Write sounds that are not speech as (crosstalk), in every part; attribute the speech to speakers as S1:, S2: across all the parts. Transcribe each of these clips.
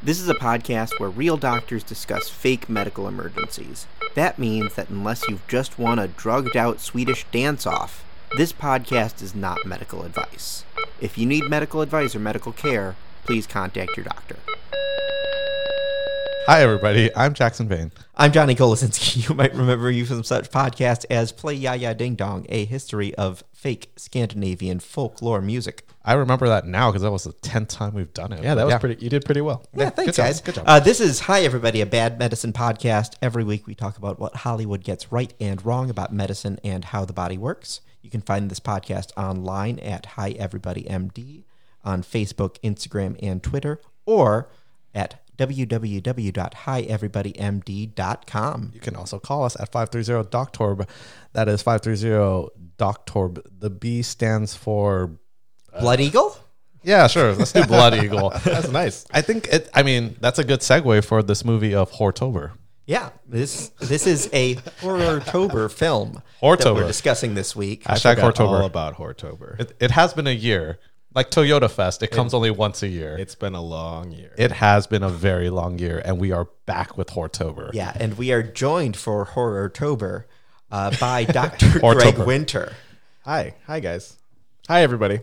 S1: This is a podcast where real doctors discuss fake medical emergencies. That means that unless you've just won a drugged out Swedish dance off, this podcast is not medical advice. If you need medical advice or medical care, please contact your doctor.
S2: Hi, everybody. I'm Jackson Vane.
S1: I'm Johnny Golosinski. (laughs) You might remember you from such podcasts as Play Ya Ya Ding Dong, a history of fake Scandinavian folklore music.
S2: I remember that now because that was the tenth time we've done it.
S3: Yeah, that was
S2: But
S3: pretty. You did pretty well.
S1: Yeah, thanks,
S2: good job,
S1: guys.
S2: good job.
S1: Uh, this is Hi Everybody, a bad medicine podcast. Every week we talk about what Hollywood gets right and wrong about medicine and how the body works. You can find this podcast online at Hi Everybody MD on Facebook, Instagram, and Twitter, or at www.hieverybodymd.com.
S2: You can also call us at 530 Doctorb. That is 530 Doctorb. The B stands for. Uh,
S1: Blood Eagle?
S2: Yeah, sure. Let's do (laughs) Blood Eagle.
S3: That's nice.
S2: I think it, I mean, that's a good segue for this movie of Hortober.
S1: Yeah, this this is a horrortober film that we're
S2: Horrortober.
S1: discussing this week.
S2: I Hashtag
S3: Forgot
S2: Hortober.
S3: All about Hortober.
S2: It, it has been a year. Like Toyota Fest, it comes only once a year. It,
S3: It's been a long year.
S2: has been a very long year, and we are back with Hortober.
S1: Yeah, and we are joined for Horrortober uh, by Dr. Greg
S2: Horrortober.
S1: Winter.
S3: Hi, hi guys. (laughs) Hi everybody.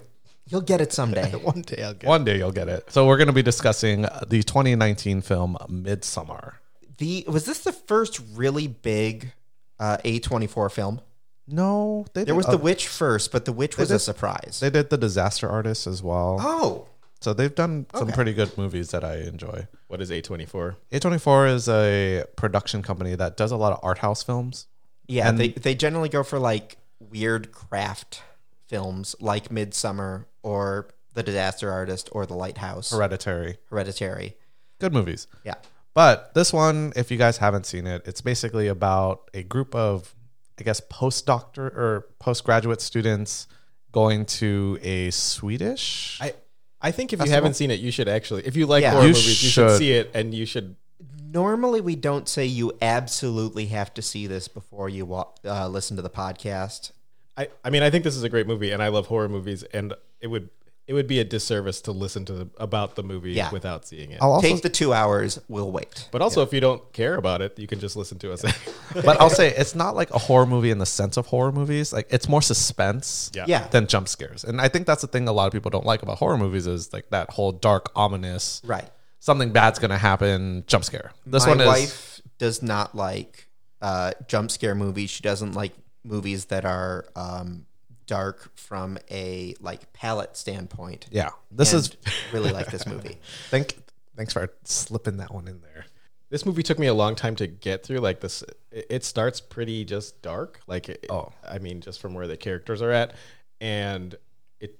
S1: You'll get it someday.
S3: One day I'll get.
S2: One day you'll get it. So, we're going to be discussing the 2019 film Midsummer.
S1: The was this the first really big uh, A24 film?
S2: No, they
S1: There was The Witch first, but The Witch was a surprise.
S2: They did the Disaster Artist as well.
S1: oh,
S2: So they've done some pretty good movies that I enjoy.
S3: What is A twenty four?
S2: A24 is a production company that does a lot of art house films.
S1: yeah. they they generally go for like weird craft films like Midsummer or The Disaster Artist or The Lighthouse,
S2: Hereditary.
S1: Hereditary.
S2: Good movies.
S1: Yeah.
S2: But this one, if you guys haven't seen it, it's basically about a group of, I guess, postdoctor or postgraduate students going to a Swedish.
S3: I I think if you haven't seen it, you should actually. If you like
S1: Yeah.
S3: horror
S1: You
S3: movies, you should
S2: should.
S3: see it, and you should.
S1: Normally, we don't say you absolutely have to see this before you wa- uh, listen to the podcast.
S3: I I mean, I think this is a great movie, and I love horror movies, and it would it would be a disservice to listen to the, about the movie
S1: Yeah.
S3: without seeing it.
S2: I'll also
S1: Take the two hours. We'll wait.
S3: but also, if you don't care about it, you can just listen to us. (laughs)
S2: but I'll say it's not like a horror movie in the sense of horror movies. Like it's more suspense
S3: Yeah.
S1: Yeah.
S2: than jump scares. And I think that's the thing a lot of people don't like about horror movies is like that whole dark, ominous,
S1: Right.
S2: something bad's gonna happen, jump scare. This
S1: My
S2: one is
S1: wife does not like uh, jump scare movies. She doesn't like movies that are um, dark from a like palette standpoint.
S2: yeah. This
S1: And
S2: is
S1: really like this movie.
S2: (laughs) thank thanks for slipping that one in there.
S3: this movie took me a long time to get through like this it it starts pretty just dark like it,
S2: Oh.
S3: i mean just from where the characters are at and it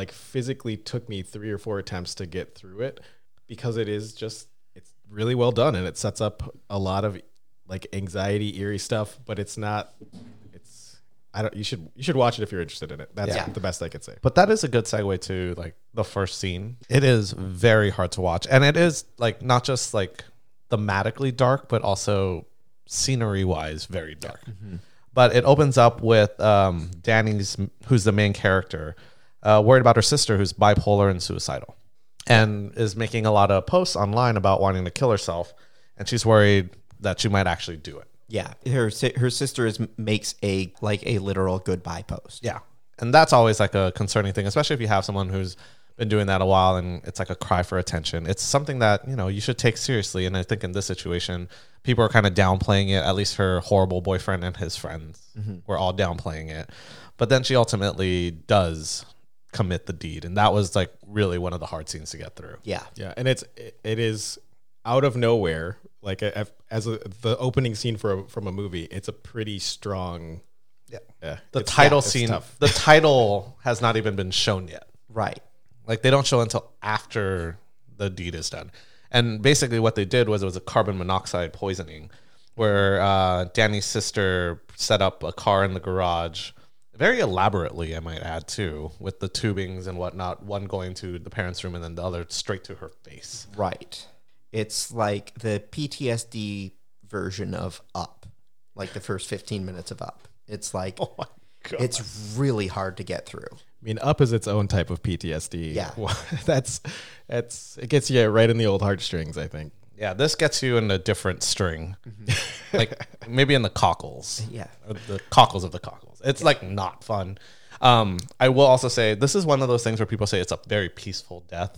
S3: like physically took me three or four attempts to get through it because it is just it's really well done and it sets up a lot of like anxiety eerie stuff but it's not it's i don't you should you should watch it if you're interested in it that's
S1: Yeah.
S3: the best i could say
S2: But that is a good segue to like the first scene. It is very hard to watch. And it is like not just like thematically dark, but also scenery wise, very dark. But it opens up with um, Danny's, who's the main character, uh, worried about her sister who's bipolar and suicidal and is making a lot of posts online about wanting to kill herself. And she's worried that she might actually do it.
S1: Yeah, her si- her sister is makes a like a literal goodbye post.
S2: Yeah. And that's always like a concerning thing, especially if you have someone who's been doing that a while and it's like a cry for attention. It's something that, you know, you should take seriously. And I think in this situation, people are kind of downplaying it. At least her horrible boyfriend and his friends
S3: Mm-hmm.
S2: were all downplaying it. But then she ultimately does commit the deed. And that was like really one of the hard scenes to get through.
S1: Yeah,
S3: Yeah, and it's it, it is out of nowhere. Like a, a- as a, the opening scene for a, from a movie, it's a pretty strong. Yeah,
S2: The
S3: It's-
S2: title
S3: yeah, it's
S2: scene,
S3: tough.
S2: the title has not even been shown yet.
S1: right.
S2: Like they don't show until after the deed is done. And basically, what they did was it was a carbon monoxide poisoning, where uh, Danny's sister set up a car in the garage, very elaborately, I might add, too, with the tubings and whatnot. One going to the parents' room and then the other straight to her face.
S1: Right. It's like the PTSD version of Up, like the first 15 minutes of Up. It's like
S2: God.
S1: It's really hard to get through.
S3: I mean, up is its own type of PTSD.
S1: Yeah.
S3: (laughs) that's that's it gets you right in the old heartstrings. I think.
S2: yeah, this gets you in a different string, (laughs) like maybe in the cockles.
S1: Yeah.
S2: or the cockles of the cockles. It's like not fun. Um, I will also say this is one of those things where people say it's a very peaceful death,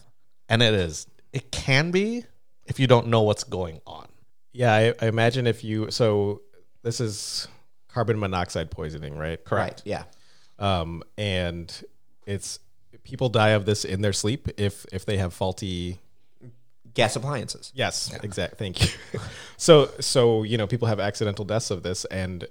S2: and it is. It can be if you don't know what's going on.
S3: Yeah, I, I imagine if you so this is carbon monoxide poisoning, right?
S1: Right. Yeah.
S3: Um, and it's people die of this in their sleep if if they have faulty
S1: Gas appliances.
S3: Yes, exact. Thank you. (laughs) so, so you know, people have accidental deaths of this, and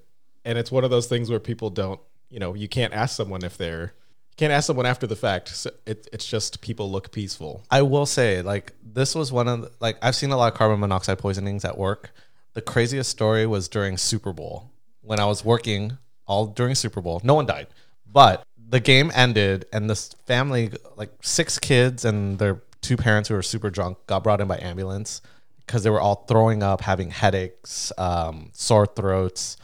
S3: and it's one of those things where people don't, you know, you can't ask someone if they're, you can't ask someone after the fact. So it, it's just people look peaceful.
S2: I will say, like, this was one of the, like I've seen a lot of carbon monoxide poisonings at work. The craziest story was during Super Bowl when I was working all during Super Bowl. No one died, but the game ended, and this family, like six kids and their two parents who were super drunk, got brought in by ambulance because they were all throwing up, having headaches, um, sore throats,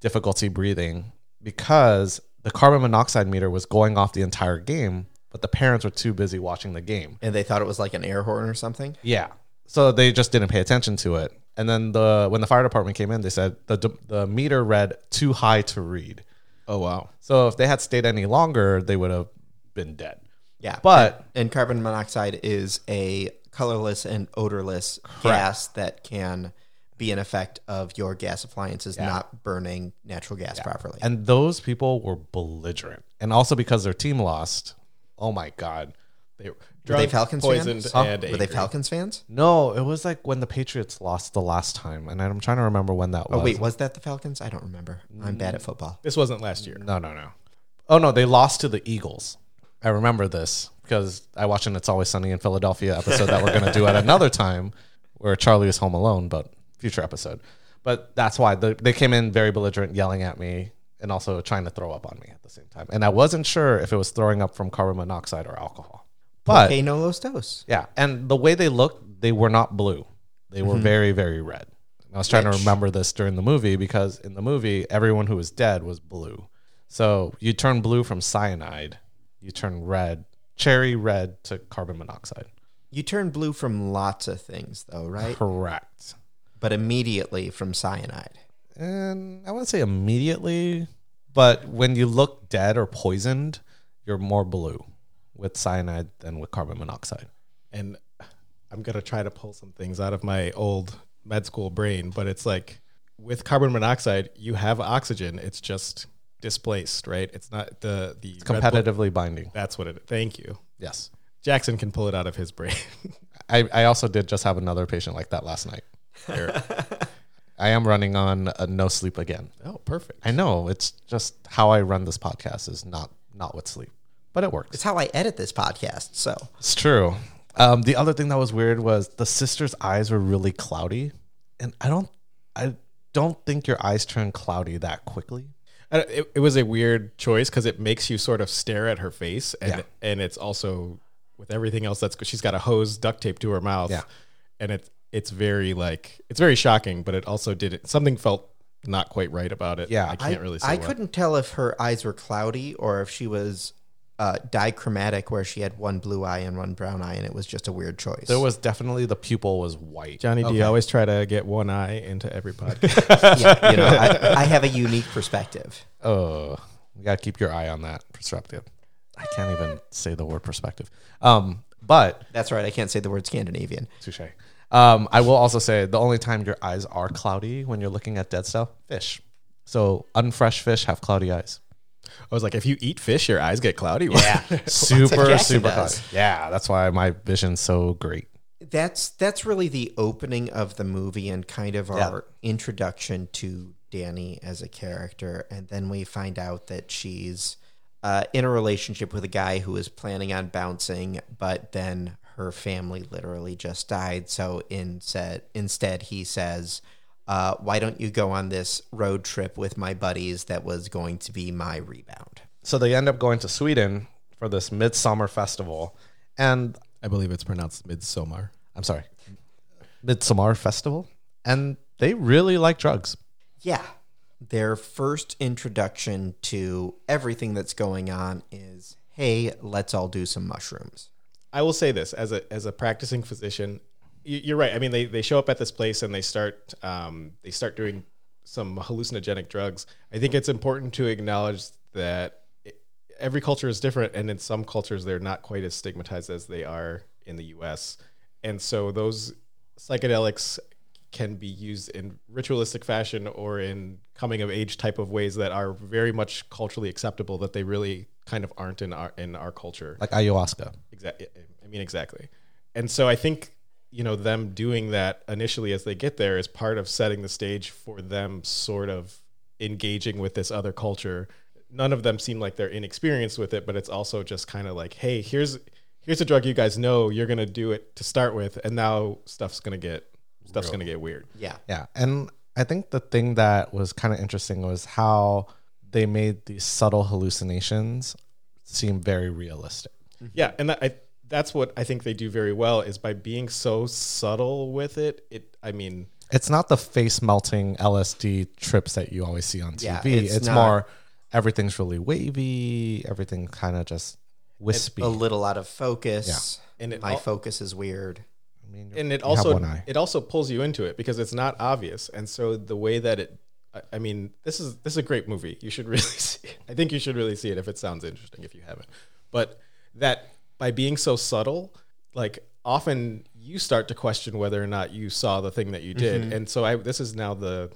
S2: difficulty breathing because the carbon monoxide meter was going off the entire game, but the parents were too busy watching the game.
S1: And they thought it was like an air horn or something.
S2: Yeah. So they just didn't pay attention to it. And then the when the fire department came in, they said the d- the meter read too high to read.
S3: Oh wow!
S2: So if they had stayed any longer, they would have been dead.
S1: Yeah.
S2: But
S1: and carbon monoxide is a colorless and odorless gas that can be an effect of your gas appliances not burning natural gas properly.
S2: and those people were belligerent. And also because their team lost. Oh my god.
S3: They were
S1: Were they
S3: drunk,
S1: Falcons
S3: poisoned,
S1: fans?
S3: and
S1: Were
S3: angry.
S1: they Falcons fans?
S2: No, it was like when the Patriots lost the last time, and I'm trying to remember when that was.
S1: Oh wait, was that the Falcons? I don't remember. I'm
S3: Mm.
S1: bad at football.
S3: This wasn't last year.
S2: No, no, no. Oh no, they lost to the Eagles. I remember this because I watched an "It's Always Sunny in Philadelphia" episode that we're going to do at
S3: (laughs)
S2: another time, where Charlie is home alone, but future episode. But that's why the, they came in very belligerent, yelling at me, and also trying to throw up on me at the same time. And I wasn't sure if it was throwing up from carbon monoxide or alcohol.
S3: Uh,
S2: But
S1: Okay, no los dos.
S2: yeah, and the way they looked, they were not blue. They were very, very red. And I was trying to remember this during the movie because in the movie, everyone who was dead was blue. So you turn blue from cyanide, you turn red, cherry red to carbon monoxide.
S1: You turn blue from lots of things though, right?
S2: Correct.
S1: But immediately from cyanide.
S2: And I wouldn't say immediately, but when you look dead or poisoned, you're more blue with cyanide than with carbon monoxide.
S3: And I'm gonna try to pull some things out of my old med school brain, but it's like with carbon monoxide, you have oxygen. It's just displaced, right? It's not the the red blood-
S2: Competitively binding.
S3: That's what it. Thank you.
S2: Yes.
S3: Jackson can pull it out of his brain. (laughs)
S2: I, I also did just have another patient like that last night. They're- I am running on a no sleep again.
S3: oh, perfect.
S2: I know it's just how I run this podcast is not not with sleep, but it works.
S1: It's how I edit this podcast. So
S2: It's true. Um, the other thing that was weird was the sister's eyes were really cloudy, and I don't I don't think your eyes turn cloudy that quickly.
S3: I don't- it, it was a weird choice because it makes you sort of stare at her face, and
S2: Yeah.
S3: and it's also with everything else that's she's got a hose duct taped to her mouth,
S2: Yeah.
S3: and it's it's very like it's very shocking, but it also did it. Something felt not quite right about it.
S2: Yeah.
S3: I can't really. Say
S1: I
S3: what.
S1: couldn't tell if her eyes were cloudy or if she was uh, dichromatic, where she had one blue eye and one brown eye, and it was just a weird choice.
S2: There was definitely the pupil was white.
S3: Johnny D always try to get one eye into every podcast.
S1: yeah, you know, I, I have a unique perspective.
S2: Oh, you gotta keep your eye on that perspective. I can't even say the word perspective. Um, but
S1: That's right. I can't say the word Scandinavian.
S2: Touche. Um, I will also say the only time your eyes are cloudy when you're looking at dead stuff, fish. So unfresh fish have cloudy (laughs) eyes.
S3: I was like, if you eat fish, your eyes get cloudy. (laughs) Yeah,
S2: Super,
S1: Jackson
S2: super
S1: does.
S2: cloudy. Yeah, that's why my vision's so great.
S1: That's that's really the opening of the movie and kind of our introduction to Danny as a character, and then we find out that she's uh, in a relationship with a guy who is planning on bouncing, but then her family literally just died. So instead, instead he says, uh, "Why don't you go on this road trip with my buddies? That was going to be my rebound."
S2: So they end up going to Sweden for this midsummer festival. And
S3: I believe it's pronounced midsomar.
S2: I'm sorry, midsummer festival. And they really like drugs.
S1: Yeah, their first introduction to everything that's going on is hey, let's all do some mushrooms.
S3: I will say this as a as a practicing physician, you- you're right. I mean, they, they show up at this place and they start um, they start doing some hallucinogenic drugs. I think it's important to acknowledge that it, every culture is different, and in some cultures they're not quite as stigmatized as they are in the U.S. And so those psychedelics can be used in ritualistic fashion or in coming of age type of ways that are very much culturally acceptable that they really kind of aren't in our in our culture.
S2: like ayahuasca.
S3: Exactly. I mean, exactly. And so I think you know them doing that initially as they get there is part of setting the stage for them sort of engaging with this other culture. None of them seem like they're inexperienced with it, but it's also just kind of like, hey, here's here's a drug you guys know you're gonna do it to start with, and now stuff's gonna get stuff's gonna get weird.
S1: Yeah.
S2: Yeah. And I think the thing that was kind of interesting was how they made these subtle hallucinations seem very realistic.
S3: Yeah, and that, I, that's what I think they do very well is by being so subtle with it. It, I mean,
S2: It's not the face melting LSD trips that you always see on TV.
S1: Yeah,
S2: it's
S1: it's not-
S2: more everything's really wavy, everything kind of just wispy.
S1: A little out of focus.
S3: And it
S1: My
S3: al-
S1: focus is weird.
S2: I mean,
S3: and it
S2: you have
S3: also
S2: one eye.
S3: it also pulls you into it because it's not obvious and so the way that it I- i mean this is this is a great movie you should (laughs) really see it. i think you should really see it if it sounds interesting if you haven't but that by being so subtle like often you start to question whether or not you saw the thing that you did
S2: Mm-hmm.
S3: and so i this is now the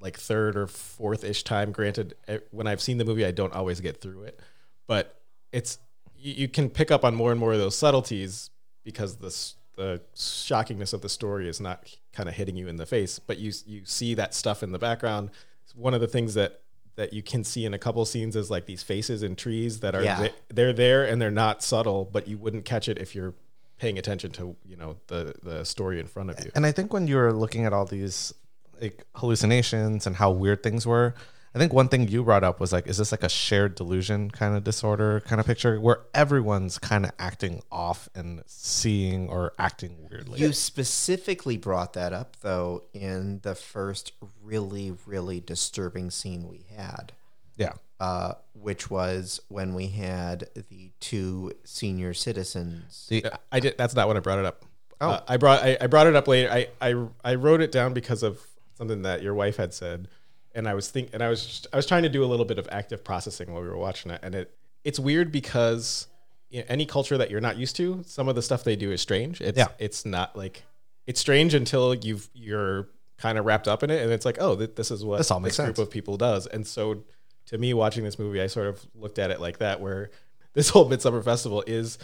S3: like third or fourth ish time granted eh, when i've seen the movie i don't always get through it but it's you, you can pick up on more and more of those subtleties because the s- the shockingness of the story is not kind of hitting you in the face, but you you see that stuff in the background. One of the things that that you can see in a couple scenes is like these faces in trees that are
S1: Yeah.
S3: th- they're there and they're not subtle, but you wouldn't catch it if you're paying attention to you know the the story in front of you.
S2: And I think when you were looking at all these like hallucinations and how weird things were, I think one thing you brought up was like, is this like a shared delusion kind of disorder kind of picture where everyone's kind of acting off and seeing or acting weirdly?
S1: You specifically brought that up, though, in the first really, really disturbing scene we had,
S2: yeah.
S1: uh, which was when we had the two senior citizens.
S2: The,
S3: I did. That's not when I brought it up.
S2: Oh.
S3: Uh, I brought I, I brought it up later. I, I I wrote it down because of something that your wife had said, and I was think and I was just- I was trying to do a little bit of active processing while we were watching it, and it it's weird because in any culture that you're not used to, some of the stuff they do is strange. It's
S2: Yeah.
S3: it's not like it's strange until you've you're kind of wrapped up in it, and it's like oh th- this is what
S2: This all makes
S3: this
S2: sense.
S3: group of people does, and so to me watching this movie, I sort of looked at it like that where (laughs) this whole Midsummer Festival is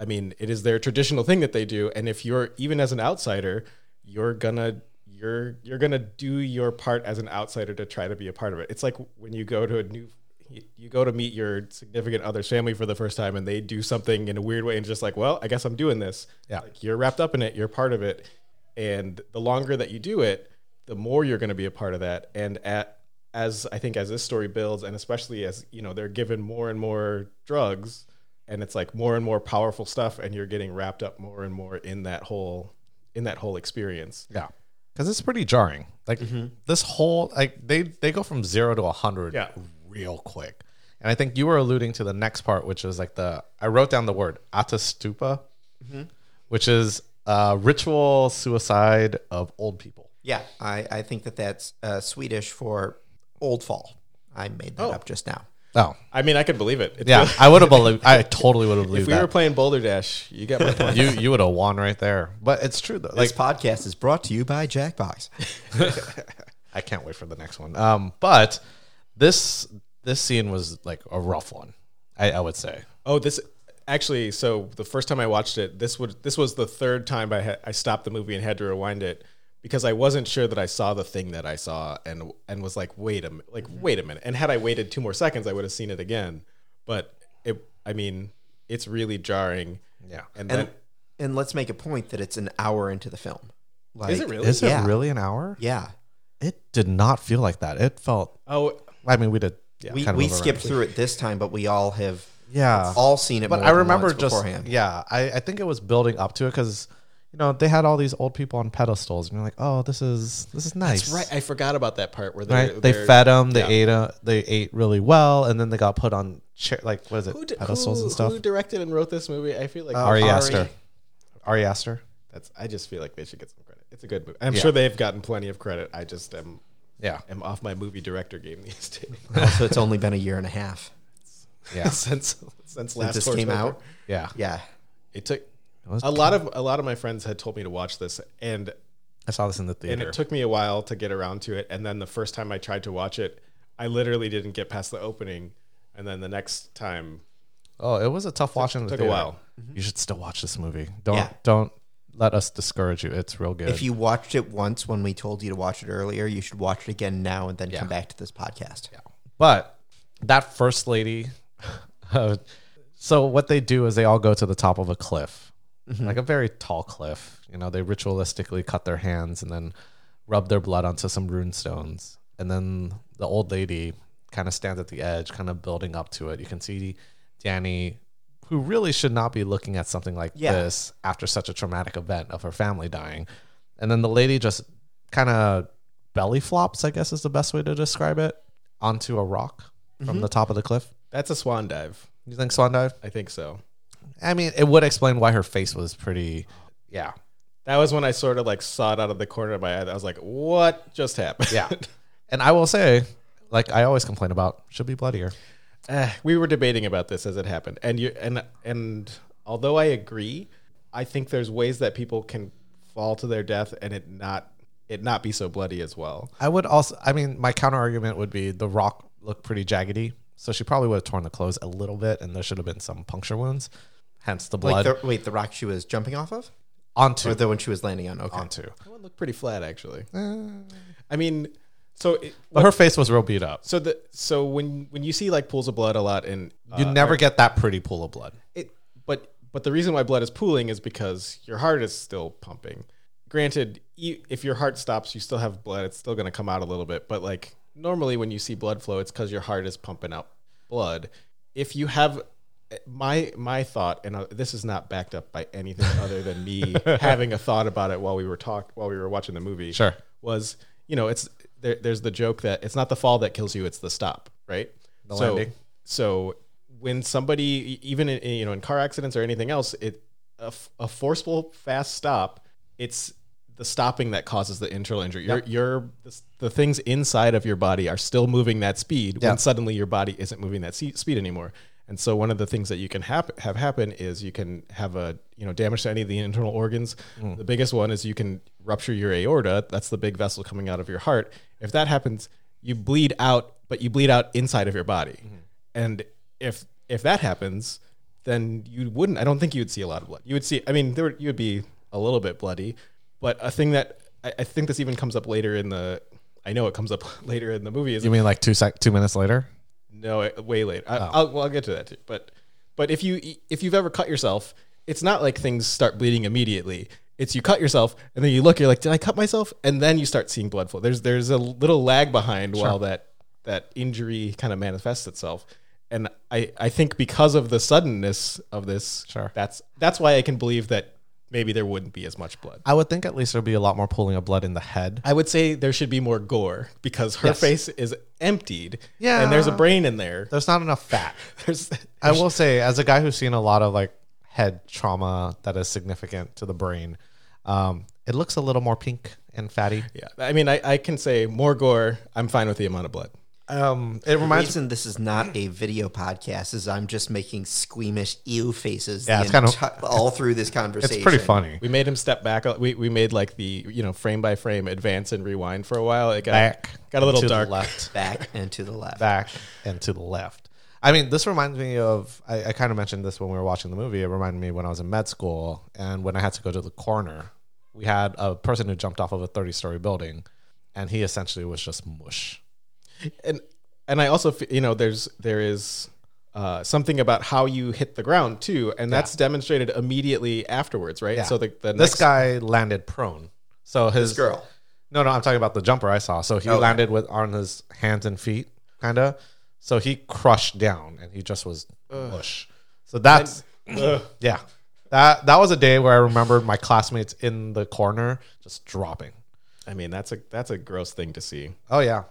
S3: I mean, it is their traditional thing that they do. And if you're even as an outsider, you're gonna you're you're gonna do your part as an outsider to try to be a part of it. It's like when you go to a new you go to meet your significant other's family for the first time and they do something in a weird way and just like, well, I guess I'm doing this.
S2: Yeah.
S3: Like you're wrapped up in it, you're part of it. And the longer that you do it, the more you're going to be a part of that. And at as I think as this story builds, and especially as you know they're given more and more drugs, and it's like more and more powerful stuff, and you're getting wrapped up more and more in that whole in that whole experience.
S2: yeah. Cause it's pretty jarring. Like
S3: Mm-hmm.
S2: this whole, like they, they go from zero to a hundred
S3: Yeah.
S2: real quick. And I think you were alluding to the next part, which is like the, I wrote down the word atastupa.
S3: Mm-hmm.
S2: which is uh, ritual suicide of old people.
S1: Yeah, I, I think that that's uh, Swedish for old fall. I made that up just now.
S2: Oh,
S3: I mean, I could believe it. It's
S2: yeah,
S3: really-
S2: I would have believed. I totally would have
S3: if
S2: believed
S3: we were
S2: that.
S3: playing Boulder Dash, you
S2: (laughs)
S3: get my point.
S2: you you would have won right there. But it's true though. Like
S1: this podcast is brought to you by Jackbox.
S2: I can't wait for the next one. Um, but this this scene was like a rough one. I, I would say.
S3: Oh, this actually. So the first time I watched it, this would this was the third time I ha- I stopped the movie and had to rewind it because I wasn't sure that I saw the thing that I saw and and was like, wait a mi- like
S2: Mm-hmm.
S3: wait a minute. And had I waited two more seconds, I would have seen it again. But it, I mean, it's really jarring.
S2: Yeah.
S3: And, then
S1: And, (laughs) and let's make a point that it's an hour into the film. Like,
S3: is it really?
S2: Is
S1: Yeah.
S2: it really an hour?
S1: Yeah.
S2: It did not feel like that. It felt.
S3: oh,
S2: I mean, we did. Yeah,
S1: we
S2: kind of
S1: we
S2: overrun.
S1: skipped through it this time, but we all have
S2: Yeah.
S1: all seen it.
S2: But
S1: more
S2: I
S1: than
S2: remember
S1: once
S2: just
S1: beforehand.
S2: yeah. I, I think it was building up to it because you know, they had all these old people on pedestals, and you're like, oh, this is this is nice,
S3: That's right. I forgot about that part where they're,
S2: Right? They
S3: they're-
S2: fed them. They
S3: yeah.
S2: ate. A, they ate really well, and then they got put on chair, like what is it,
S3: Who, di-
S2: pedestals
S3: who-
S2: and stuff. Oh,
S3: who directed and wrote this movie? I feel like
S2: Ari Aster. Ari Aster.
S3: That's. I just feel like they should get some credit. It's a good movie. I'm sure they've gotten plenty of credit. I just am
S2: Yeah.
S3: am off my movie director game these days
S1: also, it's only been a year and a half
S2: Yeah.
S3: since since last
S1: this
S3: Horse
S1: came
S3: Open.
S1: out.
S2: (laughs) Yeah.
S1: Yeah,
S3: It took
S2: was
S3: a lot of a lot of my friends had told me to watch this, and
S2: I saw this in the theater.
S3: and it took me a while to get around to it. And then the first time I tried to watch it, I literally didn't get past the opening. And then the next time,
S2: oh, it was a tough watch in the
S3: took a
S2: theater.
S3: while.
S2: You should still watch this movie. Don't
S1: Yeah.
S2: don't let us discourage you. It's real good.
S1: if you watched it once when we told you to watch it earlier, you should watch it again now and then come back to this podcast.
S2: But that first lady, (laughs) uh, so what they do is they all go to the top of a cliff, like a very tall cliff. You know, they ritualistically cut their hands and then rub their blood onto some rune stones. And then the old lady kind of stands at the edge, kind of building up to it. You can see Danny, who really should not be looking at something like
S1: Yeah.
S2: this after such a traumatic event of her family dying. And then the lady just kind of belly flops, I guess is the best way to describe it, onto a rock
S1: Mm-hmm.
S2: from the top of the cliff.
S3: that's a swan dive.
S2: You think swan dive?
S3: I think so.
S2: I mean, it would explain why her face was pretty. Yeah.
S3: That was when I sort of like saw it out of the corner of my eye. I was like, "What just happened?"
S2: Yeah.
S3: (laughs)
S2: and I will say, like I always complain about, should be bloodier.
S3: Eh, we were debating about this as it happened, and you and and although I agree, I think there's ways that people can fall to their death and it not it not be so bloody as well.
S2: I would also, I mean, my counter argument would be the rock looked pretty jaggedy. So she probably would have torn the clothes a little bit and there should have been some puncture wounds, hence the
S1: Like
S2: blood
S1: the, wait, the rock she was jumping off of,
S2: onto,
S1: or the one she was landing on? Okay,
S2: onto.
S3: That one looked pretty flat, actually. I mean, so it,
S2: But her face was real beat up.
S3: so the so when when you see like pools of blood a lot in uh,
S2: You never get that pretty pool of blood.
S3: it but but the reason why blood is pooling is because your heart is still pumping granted e- if your heart stops you still have blood it's still going to come out a little bit but like normally when you see blood flow it's because your heart is pumping out blood if you have my my thought and uh, this is not backed up by anything (laughs) other than me having a thought about it while we were talk while we were watching the movie
S2: Sure.
S3: was you know it's there, there's the joke that it's not the fall that kills you it's the stop right the so,
S2: landing.
S3: so when somebody e, even in, you know in car accidents or anything else it a, f- a forceful fast stop it's the stopping that causes the internal injury your your the, the things inside of your body are still moving that speed when suddenly your body isn't moving that se- speed anymore and so one of the things that you can hap- have happen is you can have a you know damage to any of the internal organs. The biggest one is you can rupture your aorta. That's the big vessel coming out of your heart. If that happens, you bleed out, but you bleed out inside of your body. And if if that happens, then you wouldn't. I don't think you'd see a lot of blood. You would see. I mean, there would- you would be a little bit bloody, but a thing that I, I think this even comes up later in the. I know it comes up (laughs) later in the movie. Is
S2: You mean like two sec- two minutes later?
S3: no, it- way later. I, I'll, well, I'll get to that too. But but if you if you've ever cut yourself, it's not like things start bleeding immediately. It's you cut yourself and then you look, you're like, did I cut myself? And then you start seeing blood flow. There's there's a little lag behind while that that injury kind of manifests itself. And I, I think because of the suddenness of this,
S2: Sure.
S3: that's that's why I can believe that maybe there wouldn't be as much blood.
S2: I would think at least there'd be a lot more pooling of blood in the head.
S3: I would say there should be more gore because her face is emptied.
S2: Yeah.
S3: And there's a brain in there.
S2: There's not enough fat.
S3: There's
S2: I will say, as a guy who's seen a lot of like head trauma that is significant to the brain, um, it looks a little more pink and fatty.
S3: Yeah, I mean, I, I can say more gore. I'm fine with the amount of blood.
S2: Um, it
S1: The
S2: reminds me.
S1: reason this is not a video podcast is I'm just making squeamish ew faces.
S2: Yeah,
S1: the
S2: it's kinda-
S1: enti- all through this conversation.
S2: (laughs) It's pretty funny.
S3: We made him step back. We, we made like the you know frame by frame advance and rewind for a while. It got
S2: Back
S3: got a little
S2: to the
S3: dark.
S2: left.
S1: Back and to the left.
S2: back and to the left. I mean, this reminds me of I, I kind of mentioned this when we were watching the movie. It reminded me when I was in med school and when I had to go to the coroner. We had a person who jumped off of a thirty-story building, and he essentially was just mush.
S3: And and I also f- you know there's there is uh, something about how you hit the ground too, and that's demonstrated immediately afterwards, right? So the, the
S2: this
S3: next,
S2: guy landed prone. So his
S1: girl.
S2: No, no, I'm talking about the jumper I saw. So he landed with on his hands and feet, kind of. So he crushed down and he just was mush. So that's yeah. That that was a day where I remembered my classmates in the corner just dropping.
S3: (clears throat) I mean, that's a that's a gross thing to see.
S2: Oh yeah.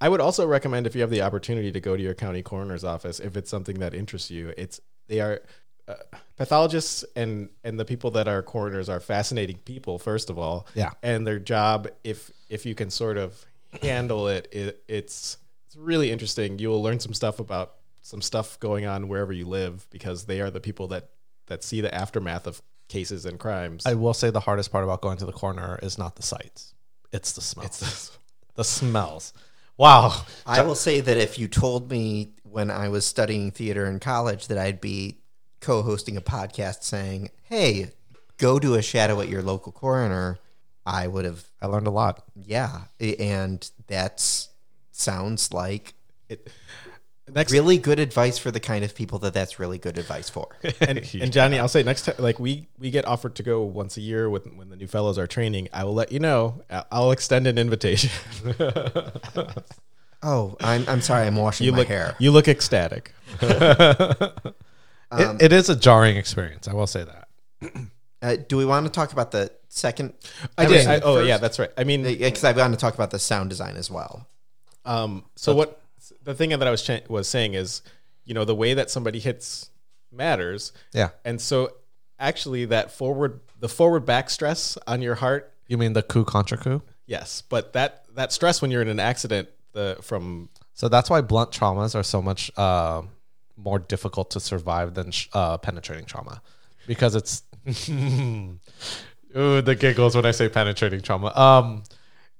S3: I would also recommend if you have the opportunity to go to your county coroner's office if it's something that interests you. It's they are uh, pathologists and and the people that are coroners are fascinating people first of all.
S2: Yeah.
S3: And their job if if you can sort of handle it, it it's it's really interesting. You will learn some stuff about some stuff going on wherever you live because they are the people that that see the aftermath of cases and crimes.
S2: I will say the hardest part about going to the corner is not the sights. It's the smells. the smells. Wow.
S1: I will say that if you told me when I was studying theater in college that I'd be co hosting a podcast saying, hey, go do a shadow at your local coroner, I would have,
S2: I learned a lot.
S1: yeah. I- And that's sounds like
S3: It- next
S1: really good advice for the kind of people that that's really good advice
S3: (laughs)
S1: for.
S3: and, and Johnny, I'll say next time, like we we get offered to go once a year with when the new fellows are training. I will let you know. I- I'll extend an invitation. (laughs)
S1: oh, I'm, I'm sorry, I'm washing
S3: you
S1: my
S3: look
S1: hair.
S3: you look ecstatic.
S2: It- it is a jarring experience. I will say that.
S1: Uh, do we want to talk about the second?
S3: I
S1: mean,
S3: did. I, oh
S1: first-
S3: yeah, that's right. I mean,
S1: because I want to talk about the sound design as well.
S3: um, so what the thing that I was cha- was saying is, you know, the way that somebody hits matters.
S2: Yeah.
S3: And so actually, that forward the forward back stress on your heart
S2: You mean the coup contra coup?
S3: Yes, but that that stress when you're in an accident the from
S2: So that's why blunt traumas are so much uh, more difficult to survive than sh- uh, penetrating trauma, because it's (laughs) ooh the giggles when I say penetrating trauma. Um,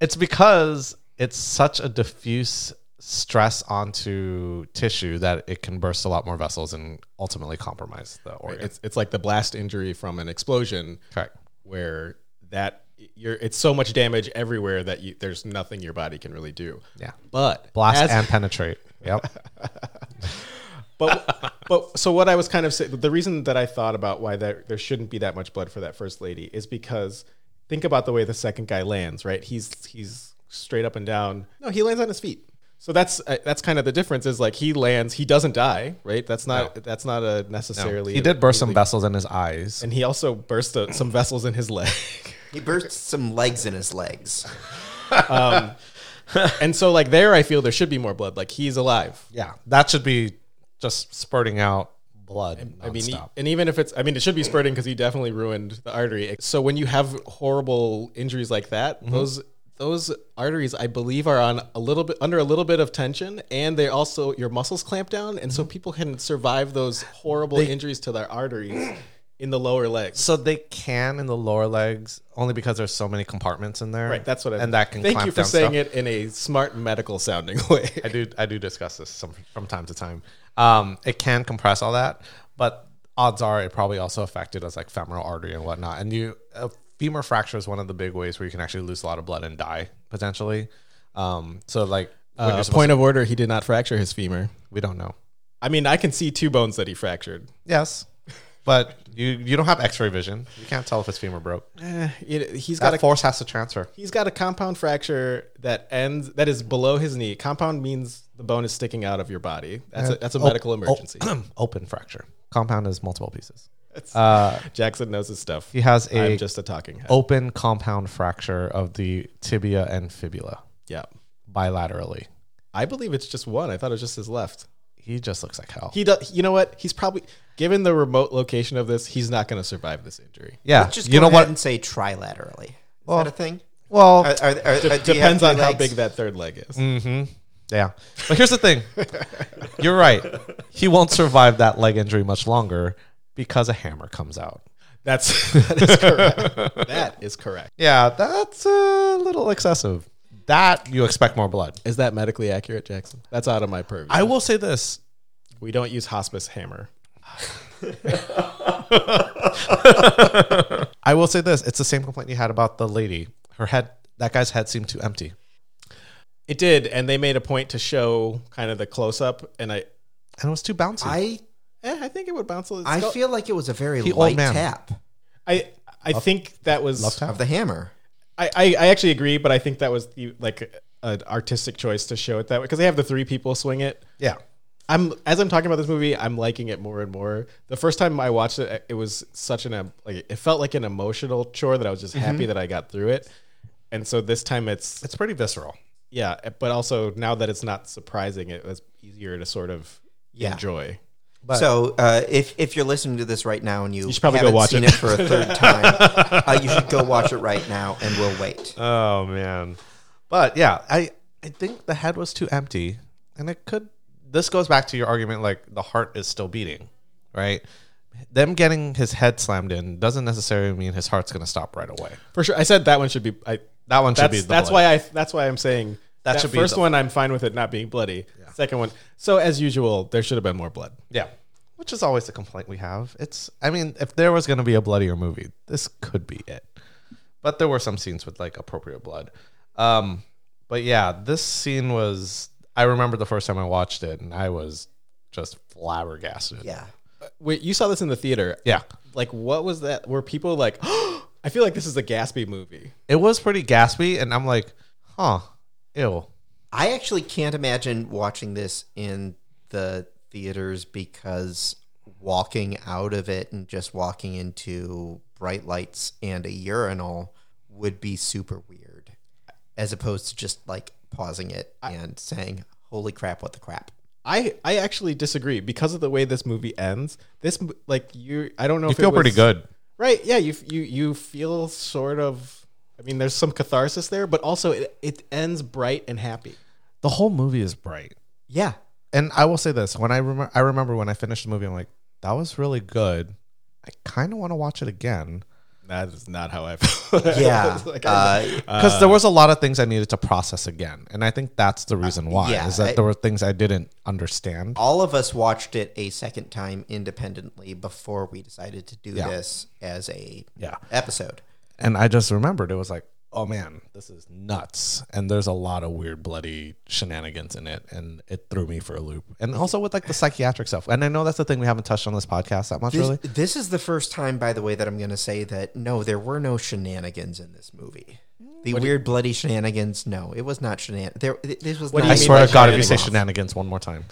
S2: it's because it's such a diffuse stress onto tissue that it can burst a lot more vessels and ultimately compromise the organ.
S3: it's it's like the blast injury from an explosion
S2: Correct.
S3: where that you're it's so much damage everywhere that you, there's nothing your body can really do.
S2: Yeah.
S3: But
S2: Blast
S3: as-
S2: and penetrate. Yep.
S3: (laughs)
S2: (laughs)
S3: but but so what I was kind of saying, the reason that I thought about why that there shouldn't be that much blood for that first lady is because think about the way the second guy lands, right? He's he's straight up and down. No, he lands on his feet. So that's uh, that's kind of the difference is like he lands, he doesn't die, right? That's not that's not a necessarily.
S2: He did burst some vessels in his eyes.
S3: and he also burst uh, some vessels in his (laughs) leg.
S1: He bursts some legs in his legs.
S3: and so like there I feel there should be more blood. Like he's alive.
S2: yeah, that should be just spurting out blood.
S3: I mean, e-
S2: nonstop.
S3: and even if it's, I mean, it should be spurting because he definitely ruined the artery. So when you have horrible injuries like that,
S2: Mm-hmm.
S3: those those arteries, I believe, are on a little bit under a little bit of tension, and they also your muscles clamp down,
S2: Mm-hmm.
S3: and so people can survive those horrible injuries to their arteries in the lower legs.
S2: So they can in the lower legs only because there's so many compartments in there.
S3: Right, that's what I.
S2: and that can
S3: Thank
S2: clamp
S3: you for
S2: down
S3: saying
S2: stuff.
S3: it in a smart medical sounding (laughs) way.
S2: I do I do discuss this some, from time to time. Um, it can compress all that, but odds are it probably also affected us like femoral artery and whatnot. And you a femur fracture is one of the big ways where you can actually lose a lot of blood and die potentially. Um, so like when
S3: Uh,
S2: you're supposed
S3: point of order: He did not fracture his femur.
S2: we don't know.
S3: I mean, I can see two bones that he fractured.
S2: Yes, but you you don't have X-ray vision. You can't tell if his femur broke.
S3: Eh, it- he's got
S2: That
S3: a
S2: force has to transfer.
S3: He's got a compound fracture that ends that is below his knee. Compound means the bone is sticking out of your body. That's a,
S2: Oh,
S3: that's a medical emergency.
S2: (clears throat) Open fracture. Compound is multiple pieces.
S3: Jackson knows his stuff.
S2: Uh, He oh. has a
S3: I'm just a talking head.
S2: open compound fracture of the tibia and fibula
S3: Yeah,
S2: bilaterally.
S3: I believe it's just one. I thought it was just his left.
S2: He just looks like hell.
S3: He does. You know what? He's probably given the remote location of this. He's not going to survive this injury.
S2: yeah,
S1: Just
S2: Ah, you
S1: go
S2: know
S1: ahead
S2: what?
S1: and say trilaterally. Is that a thing?
S2: well, uh,
S1: Are, are, are, do you have
S3: Depends
S1: three
S3: on how
S1: legs?
S3: big that third leg is.
S2: Mm. yeah. But here's the thing. You're right. He won't survive that leg injury much longer because a hammer comes out.
S3: That's (laughs) that is
S2: (laughs)
S3: correct. that is correct.
S2: Yeah, that's a little excessive. That you expect more blood.
S3: Is that medically accurate, Jackson? That's out of my purview.
S2: I will say this.
S3: we don't use hospice
S1: (laughs)
S3: hammer.
S2: I will say this. It's the same complaint you had about the lady. Her head, that guy's head seemed too empty.
S3: It did, and they made a point to show kind of the close up, and I,
S2: And it was too bouncy.
S1: I
S3: eh, I think it would bounce. A little.
S1: I feel like it was a very
S2: old
S1: light
S2: man.
S1: tap
S3: I, I think that was. I,
S1: of the hammer.
S3: I, I actually agree, but I think that was the like an artistic choice to show it that way because they have the three people swing it,
S2: yeah.
S3: I'm as I'm talking about this movie, I'm liking it more and more. The first time I watched it, it was such an um, like it felt like an emotional chore that I was just
S1: Mm-hmm.
S3: happy that I got through it. And so this time it's
S2: It's pretty visceral.
S3: yeah, eh, but also now that it's not surprising, it was easier to sort of
S1: Yeah.
S3: enjoy.
S1: so uh, if if you're listening to this right now and you,
S3: should probably go
S1: haven't
S3: watch
S1: seen
S3: it.
S1: it. for a
S3: (laughs)
S1: third time, uh, you should go watch it right now, and we'll wait.
S2: Oh man. But yeah, I I think the head was too empty and it could this goes back to your argument like the heart is still beating, right? Them getting his head slammed in doesn't necessarily mean his heart's going to stop right away.
S3: For sure, I said that one should be. I,
S2: That one should
S3: that's
S2: be the
S3: that's
S2: blood.
S3: why I that's why I'm saying that,
S2: should be
S3: first
S2: the-
S3: one. I'm fine with it not being bloody. Second one, so as usual, there should have been more blood.
S2: Yeah. Which is always the complaint we have. It's I mean, if there was gonna be a bloodier movie, this could be it. But there were some scenes with like appropriate blood. Um but yeah, this scene was I remember the first time I watched it and I was just flabbergasted.
S1: Yeah.
S3: Wait, you saw this in the theater?
S2: Yeah.
S3: Like, what was that? Were people like, (gasps) I feel like this is a Gatsby movie.
S2: It was pretty gaspy and I'm like, huh, ew.
S1: I actually can't imagine watching this in the theaters because walking out of it and just walking into bright lights and a urinal would be super weird, as opposed to just like pausing it and saying, "Holy crap! What the crap!"
S3: I, I actually disagree because of the way this movie ends. This m- like you, I don't know.
S2: You
S3: if it
S2: feel pretty
S3: was-
S2: good.
S3: right? Yeah, you f- you you feel sort of. I mean, there's some catharsis there, but also it, it ends bright and happy.
S2: The whole movie is bright.
S1: Yeah,
S2: and I will say this: when I remember, I remember when I finished the movie, I'm like, "That was really good." I kind of want to watch it again
S3: That is not how I feel. (laughs)
S1: yeah,
S3: Like, I-
S1: uh,
S3: (laughs)
S2: because there was a lot of things I needed to process again, and I think that's the reason why
S1: yeah,
S2: is that
S1: I-
S2: there were things I didn't understand.
S1: all of us watched it a second time independently before we decided to do this as a
S2: Yeah.
S1: episode.
S2: and I just remembered it was like, oh man, this is nuts. And there's a lot of weird, bloody shenanigans in it, and it threw me for a loop. And also with like the psychiatric stuff. And I know that's the thing we haven't touched on this podcast that much,
S1: This,
S2: really.
S1: this is the first time, by the way, that I'm going to say that no, there were no shenanigans in this movie. The weird, bloody shenanigans. No, it was not shenan. There, th- this was.
S3: do
S1: Not,
S2: I
S3: you mean
S2: swear
S3: by
S2: to God, if you say
S3: shenanigans?
S2: shenanigans one more time,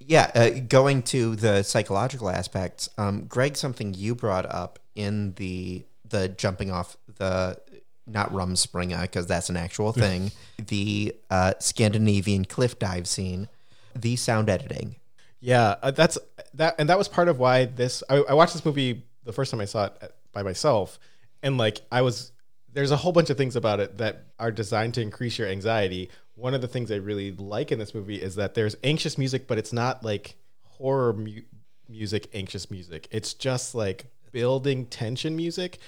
S1: Yeah, uh, going to the psychological aspects, um, Greg, something you brought up in the the jumping off the not Rumspringa because that's an
S3: (laughs)
S1: actual thing, the uh, Scandinavian cliff dive scene, the sound editing.
S3: Yeah, uh, that's that, and that was part of why this. I, I watched this movie the first time I saw it uh, by myself, and like I was, there's a whole bunch of things about it that are designed to increase your anxiety. One of the things I really like in this movie is that there's anxious music, but it's not like horror mu- music, anxious music. It's just like building tension music.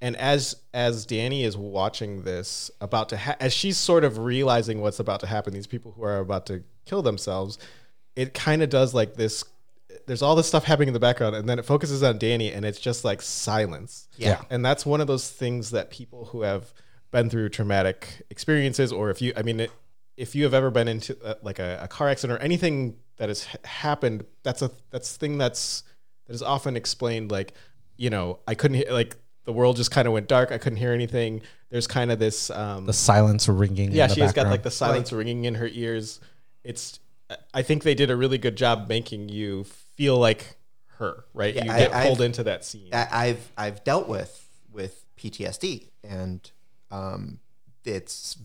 S3: And as as Danny is watching this, about to ha- as she's sort of realizing what's about to happen, these people who are about to kill themselves, it kind of does like this there's all this stuff happening in the background and then it focuses on danny and it's just like silence
S1: Yeah.
S3: and that's one of those things that people who have been through traumatic experiences or if you i mean it, if you have ever been into uh, like a, a car accident or anything that has ha- happened that's a that's thing that's that is often explained like you know i couldn't hear like the world just kind of went dark i couldn't hear anything there's kind of this um
S2: the silence ringing.
S3: yeah
S2: in the
S3: she has got
S2: background.
S3: like the silence ringing in her ears it's i think they did a really good job making you feel like her right you
S1: I-
S3: get
S1: I've-
S3: pulled into that scene
S1: I, I've I've dealt with with PTSD, and um, it's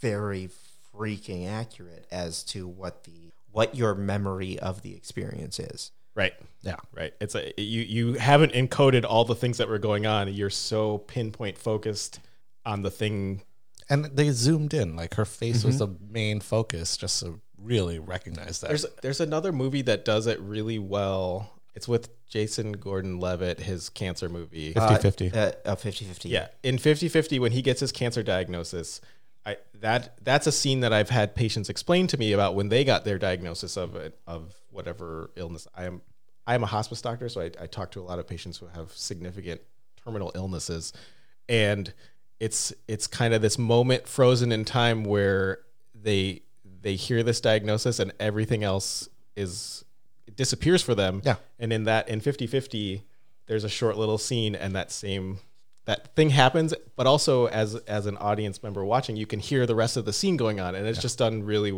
S1: very freaking accurate as to what the what your memory of the experience is.
S3: right
S2: Yeah.
S3: right it's a you you haven't encoded all the things that were going on you're so pinpoint focused on the thing
S2: and they zoomed in like her face was the main focus just to really recognize that
S3: there's there's another movie that does it really well it's with jason gordon-levitt his cancer movie
S2: 50-50
S1: Uh, uh, 50-50.
S3: Yeah, in 50-50 when he gets his cancer diagnosis, I that that's a scene that I've had patients explain to me about when they got their diagnosis of it, of whatever illness. I am I am a hospice doctor, so I, I talk to a lot of patients who have significant terminal illnesses, and it's it's kind of this moment frozen in time where they they hear this diagnosis and everything else is it disappears for them.
S2: Yeah.
S3: And in that in 50-50, there's a short little scene and that same that thing happens, but also as as
S1: Mm-hmm.
S3: an audience member watching, you can hear the rest of the scene going on and it's just done really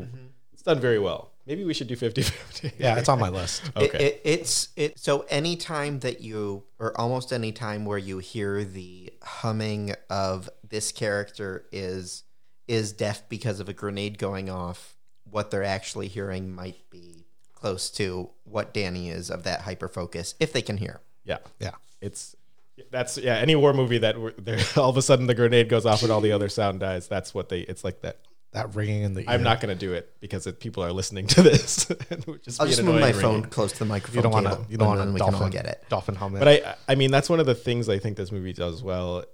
S3: it's done very well. Maybe we should do
S1: (laughs)
S3: 50 50.
S2: Yeah, it's on my list.
S1: It-
S3: (laughs) Okay.
S1: It, it's it. So any time that you, or almost any time where you hear the humming of this character is is deaf because of a grenade going off, what they're actually hearing might be close to what Danny is of that hyper focus, if they can hear.
S3: Yeah.
S2: Yeah.
S3: It's that's yeah. Any war movie that we're- there, (laughs) all of a sudden the grenade goes off and all the other sound dies. That's what they. It's like that.
S2: That ringing in the ear.
S3: I'm not going to do it because it, people are listening to this. (laughs) It would just
S1: I'll
S3: be
S1: just
S3: an
S1: move my
S3: annoying ringing.
S1: phone close to the microphone.
S2: You don't want
S1: want
S2: to. You don't want
S1: and
S2: to.
S1: we
S2: Dolphin.
S1: can all get it.
S2: Dolphin helmet.
S3: But I, I mean, that's one of the things I think this movie does well,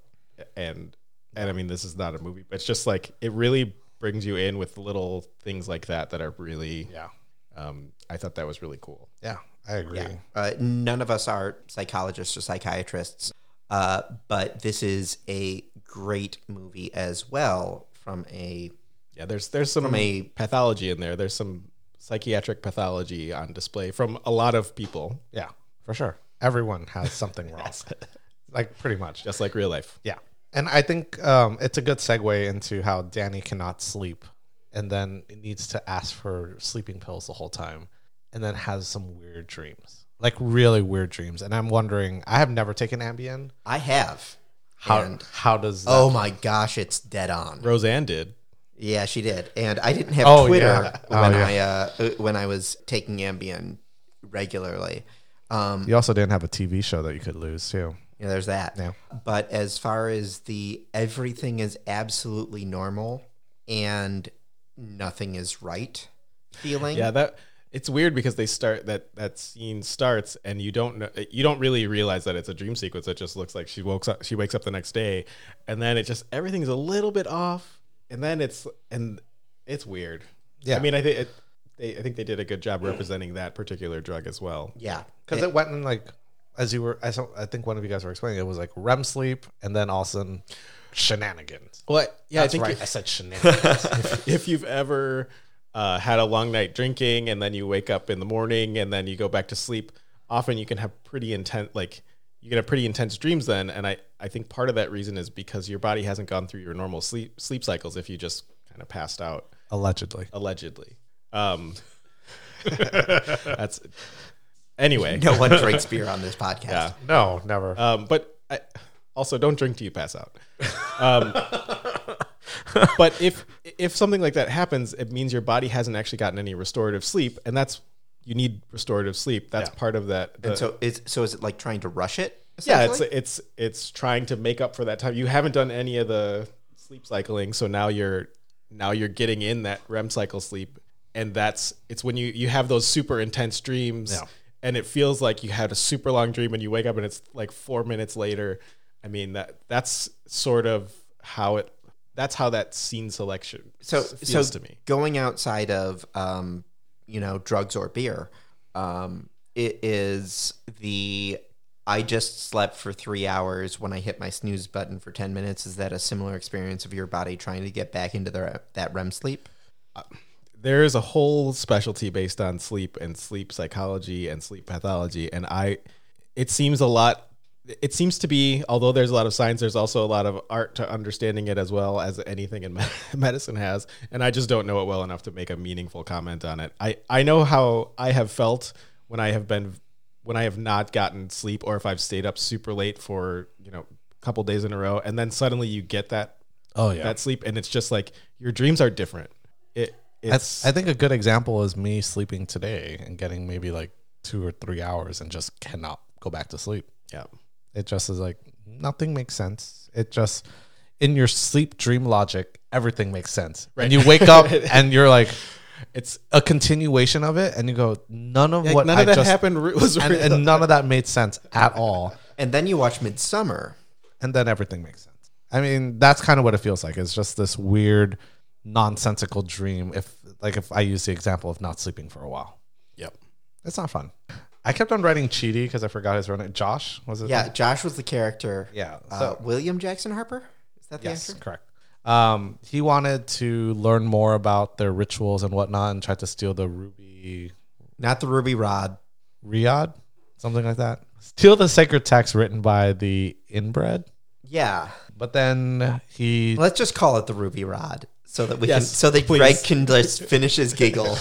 S3: and and I mean, this is not a movie, but it's just like it really brings you in with little things like that that are really.
S2: yeah.
S3: Um, I thought that was really cool.
S2: Yeah. I agree.
S1: Yeah. Uh, none of us are psychologists or psychiatrists, uh, but this is a great movie as well from a
S3: Yeah, there's there's some
S1: From a-
S3: pathology in there. There's some psychiatric pathology on display from a lot of people,
S2: Yeah, for sure. Everyone has something
S1: (laughs)
S2: wrong. Like pretty much.
S3: just like real life.
S2: Yeah. And I think um, it's a good segue into how Danny cannot sleep and then needs to ask for sleeping pills the whole time and then has some weird dreams. Like really weird dreams. And I'm wondering, I have never taken Ambien.
S1: I have.
S2: How
S1: And-
S2: how does that
S1: oh my gosh, it's dead on.
S3: Roseanne did.
S1: Yeah, she did. And I didn't have
S2: Oh,
S1: Twitter
S2: yeah. Oh,
S1: when I uh, uh, when I was taking Ambien regularly. Um,
S2: You also didn't have a TV show that you could lose too.
S1: you know, there's that.
S2: Yeah.
S1: But as far as the everything is absolutely normal and nothing is right feeling,
S3: Yeah, that it's weird because they start that that scene starts and you don't know you don't really realize that it's a dream sequence. It just looks like she wakes up she wakes up the next day and then it just everything's a little bit off and then it's and it's weird.
S2: Yeah.
S3: I mean, I think it, they I think they did a good job representing that particular drug as well.
S1: yeah,
S2: Because it went in like as you were I saw, I think one of you guys were explaining, it was like REM sleep and then all of a sudden shenanigans.
S3: Well, yeah,
S2: That's
S3: I think
S2: right.
S3: it-
S2: I said
S3: (laughs)
S2: shenanigans.
S3: if you've ever uh, had a long night drinking and then you wake up in the morning and then you go back to sleep, often you can have pretty intense, like you can have pretty intense dreams then. And I, I think part of that reason is because your body hasn't gone through your normal sleep sleep cycles if you just kind of passed out
S2: Allegedly.
S3: allegedly. Um, (laughs) that's anyway.
S1: no one drinks beer on this
S2: (laughs)
S1: podcast.
S3: Yeah.
S2: No, never.
S3: Um, but I, also, don't drink till you pass out. Um, but if if something like that happens, it means your body hasn't actually gotten any restorative sleep, and that's you need restorative sleep. That's part of that. the-
S1: And so is so is it like trying to rush it?
S3: yeah, it's
S1: essentially?
S3: it's it's trying to make up for that time. You haven't done any of the sleep cycling, so now you're now you're getting in that REM cycle sleep, and that's it's when you you have those super intense dreams,
S2: Yeah.
S3: and it feels like you had a super long dream, and you wake up and it's like four minutes later. I mean that that's sort of how it that's how that scene selection
S1: so
S3: s- feels
S1: so
S3: to me.
S1: going outside of um, you know drugs or beer, um, it is the I just slept for three hours when I hit my snooze button for ten minutes. Is that a similar experience of your body trying to get back into the, that REM sleep?
S3: there is a whole specialty based on sleep and sleep psychology and sleep pathology and i it seems a lot it seems to be although there's a lot of science there's also a lot of art to understanding it as well as anything in (laughs) med- medicine has and i just don't know it well enough to make a meaningful comment on it i i know how i have felt when i have been when i have not gotten sleep or if i've stayed up super late for you know a couple days in a row and then suddenly you get that
S2: oh yeah.
S3: that sleep and it's just like your dreams are different it it's
S2: That's, I think a good example is me sleeping today and getting maybe like two or three hours and just cannot go back to sleep.
S3: yeah
S2: It just is like nothing makes sense. It just in your sleep dream logic, everything makes sense. And you wake
S3: (laughs)
S2: up and you're like
S3: it's
S2: a continuation of it, and you go, none of
S3: like,
S2: what
S3: none
S2: I
S3: of that
S2: just
S3: happened re- (laughs) was
S2: and,
S3: real.
S2: and none of that made sense at all.
S1: And then you watch Midsummer.
S2: and then everything makes sense. I mean, that's kind of what it feels like. It's just this weird, nonsensical dream. If like if I use the example of not sleeping for a while,
S3: yep
S2: it's not fun. I kept on writing Cheaty because I forgot his real name. Josh was it?
S1: Yeah, Josh was the character.
S2: yeah.
S1: Uh,
S2: So
S1: William Jackson Harper is that the
S2: yes,
S1: actor?
S2: correct. Um, he wanted to learn more about their rituals and whatnot, and tried to steal the ruby
S1: Not the Ruby Rod.
S2: Riyadh, something like that. Steal the sacred text written by the inbred.
S1: Yeah,
S2: But then he
S1: let's just call it the Ruby Rod. so that we can
S3: Yes,
S1: so that
S3: please.
S1: Greg can just finish his
S3: (laughs)
S1: giggle.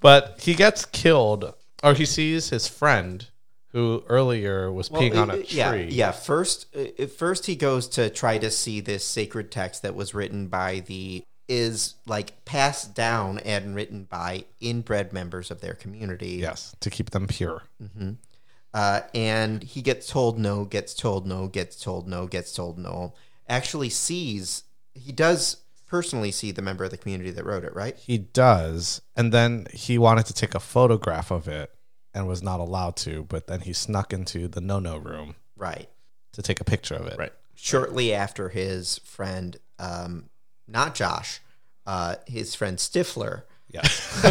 S2: But he gets killed, or he sees his friend who earlier was peeing on a tree.
S1: yeah, yeah. First, uh, first he goes to try to see this sacred text that was written by the is like passed down and written by inbred members of their community.
S2: Yes, to keep them pure.
S1: Uh, and he gets told no, gets told no, gets told no, gets told no. Actually, sees he does personally see the member of the community that wrote it, right?
S2: He does. And then he wanted to take a photograph of it and was not allowed to, but then he snuck into the no no room
S1: Right.
S2: to take a picture of it.
S3: Right.
S1: Shortly after his friend, um, not Josh, uh, his friend Stifler, (laughs)
S2: Yes.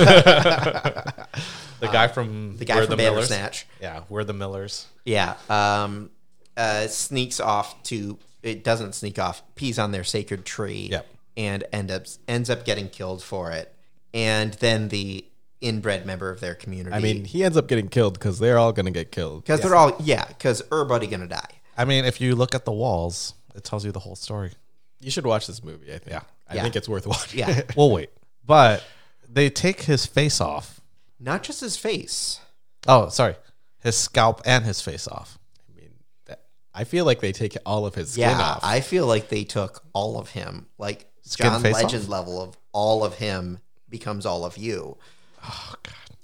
S2: the guy from
S1: the guy
S2: We're
S1: from
S2: Millers.
S1: Bandersnatch,
S2: Yeah, we're the Millers.
S1: yeah, um, uh, sneaks off to it doesn't sneak off, pees on their sacred tree,
S2: Yep.
S1: and end up ends up getting killed for it, and then the inbred member of their community.
S3: I mean, he ends up getting killed because they're all going to get killed.
S1: Because they're all yeah, because everybody gonna die.
S2: I mean, if you look at the walls, it tells you the whole story.
S3: You should watch this movie. I think.
S2: Yeah.
S3: I
S1: Yeah.
S3: think it's worth watching. (laughs)
S1: Yeah,
S2: We'll wait. But they take his face off.
S1: not just his face.
S2: Oh, sorry. His scalp and his face off.
S3: I mean, that, I feel like they take all of his skin
S1: Yeah,
S3: off.
S1: I feel like they took all of him, like
S2: Skin
S1: John
S2: face
S1: Legend level of all of him becomes all of you.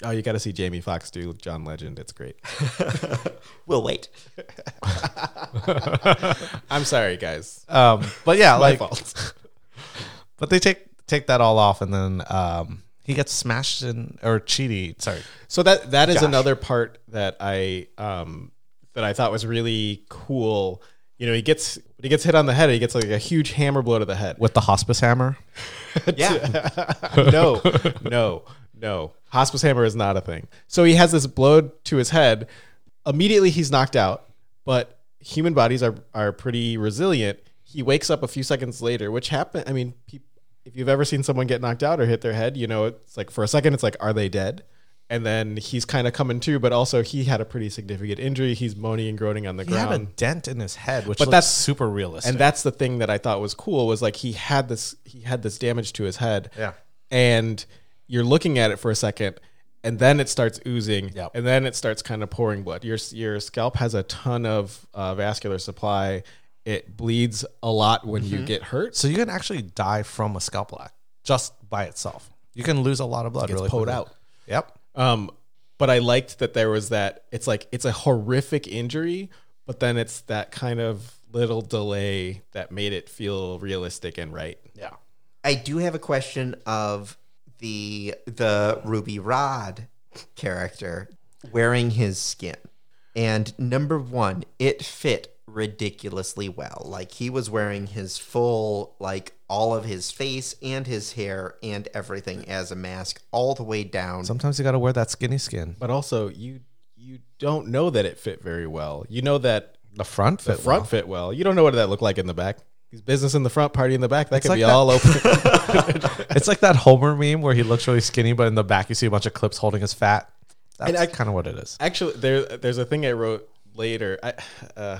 S3: oh, you got to see Jamie Foxx do John Legend.
S2: (laughs)
S3: It's great.
S1: We'll wait.
S3: I'm sorry, guys.
S2: Um, but yeah,
S3: (laughs) My
S2: like,
S3: fault.
S2: (laughs) but they take take that all off, and then um, he gets smashed in or cheaty. Sorry,
S3: So that that is
S1: Josh.
S3: another part that I um that I thought was really cool. You know, he gets when he gets hit on the head. He gets like a huge hammer blow to the head.
S2: with the hospice hammer. (laughs)
S3: (laughs)
S1: Yeah,
S3: no, no, no. Hospice hammer is not a thing. So he has this blow to his head. Immediately he's knocked out, but human bodies are, are pretty resilient. He wakes up a few seconds later, which happened. I mean, peop if you've ever seen someone get knocked out or hit their head, you know, it's like for a second, it's like, are they dead? And then he's kind of coming to, but also he had a pretty significant injury. He's moaning and groaning on the
S2: He
S3: ground.
S2: had a dent in his head, which
S3: But
S2: but that's
S3: that's-
S2: super realistic.
S3: And that's the thing that I thought was cool was like he had this he had this damage to his head.
S2: Yeah.
S3: And you're looking at it for a second and then it starts oozing
S2: Yep.
S3: and then it starts kind of pouring blood. Your your scalp has a ton of uh, vascular supply. It bleeds a lot when
S2: Mm-hmm.
S3: you get hurt.
S2: so you can actually die from a scalp black just by itself. You can lose a lot of blood. really
S3: pulled
S2: quickly.
S3: out.
S2: Yep.
S3: Um, but I liked that there was that. It's like it's a horrific injury, but then it's that kind of little delay that made it feel realistic and right.
S2: Yeah.
S1: I do have a question of the the Ruby Rod character wearing his skin. And number one, it fit ridiculously well. Like he was wearing his full, like all of his face and his hair and everything as a mask all the way down.
S2: Sometimes you got to wear that skinny skin.
S3: but also you you don't know that it fit very well. You know that
S2: The front
S3: the
S2: fit.
S3: front fit well. You don't know what that looked like in the back. These business in the front, party in the back. That could
S2: like
S3: be
S2: that-
S3: all open.
S2: (laughs) (laughs) It's like that Homer meme where he looks really skinny, but in the back you see a bunch of clips holding his fat. That's
S3: I-
S2: kind of what it is.
S3: Actually, there there's a thing I wrote later. I uh,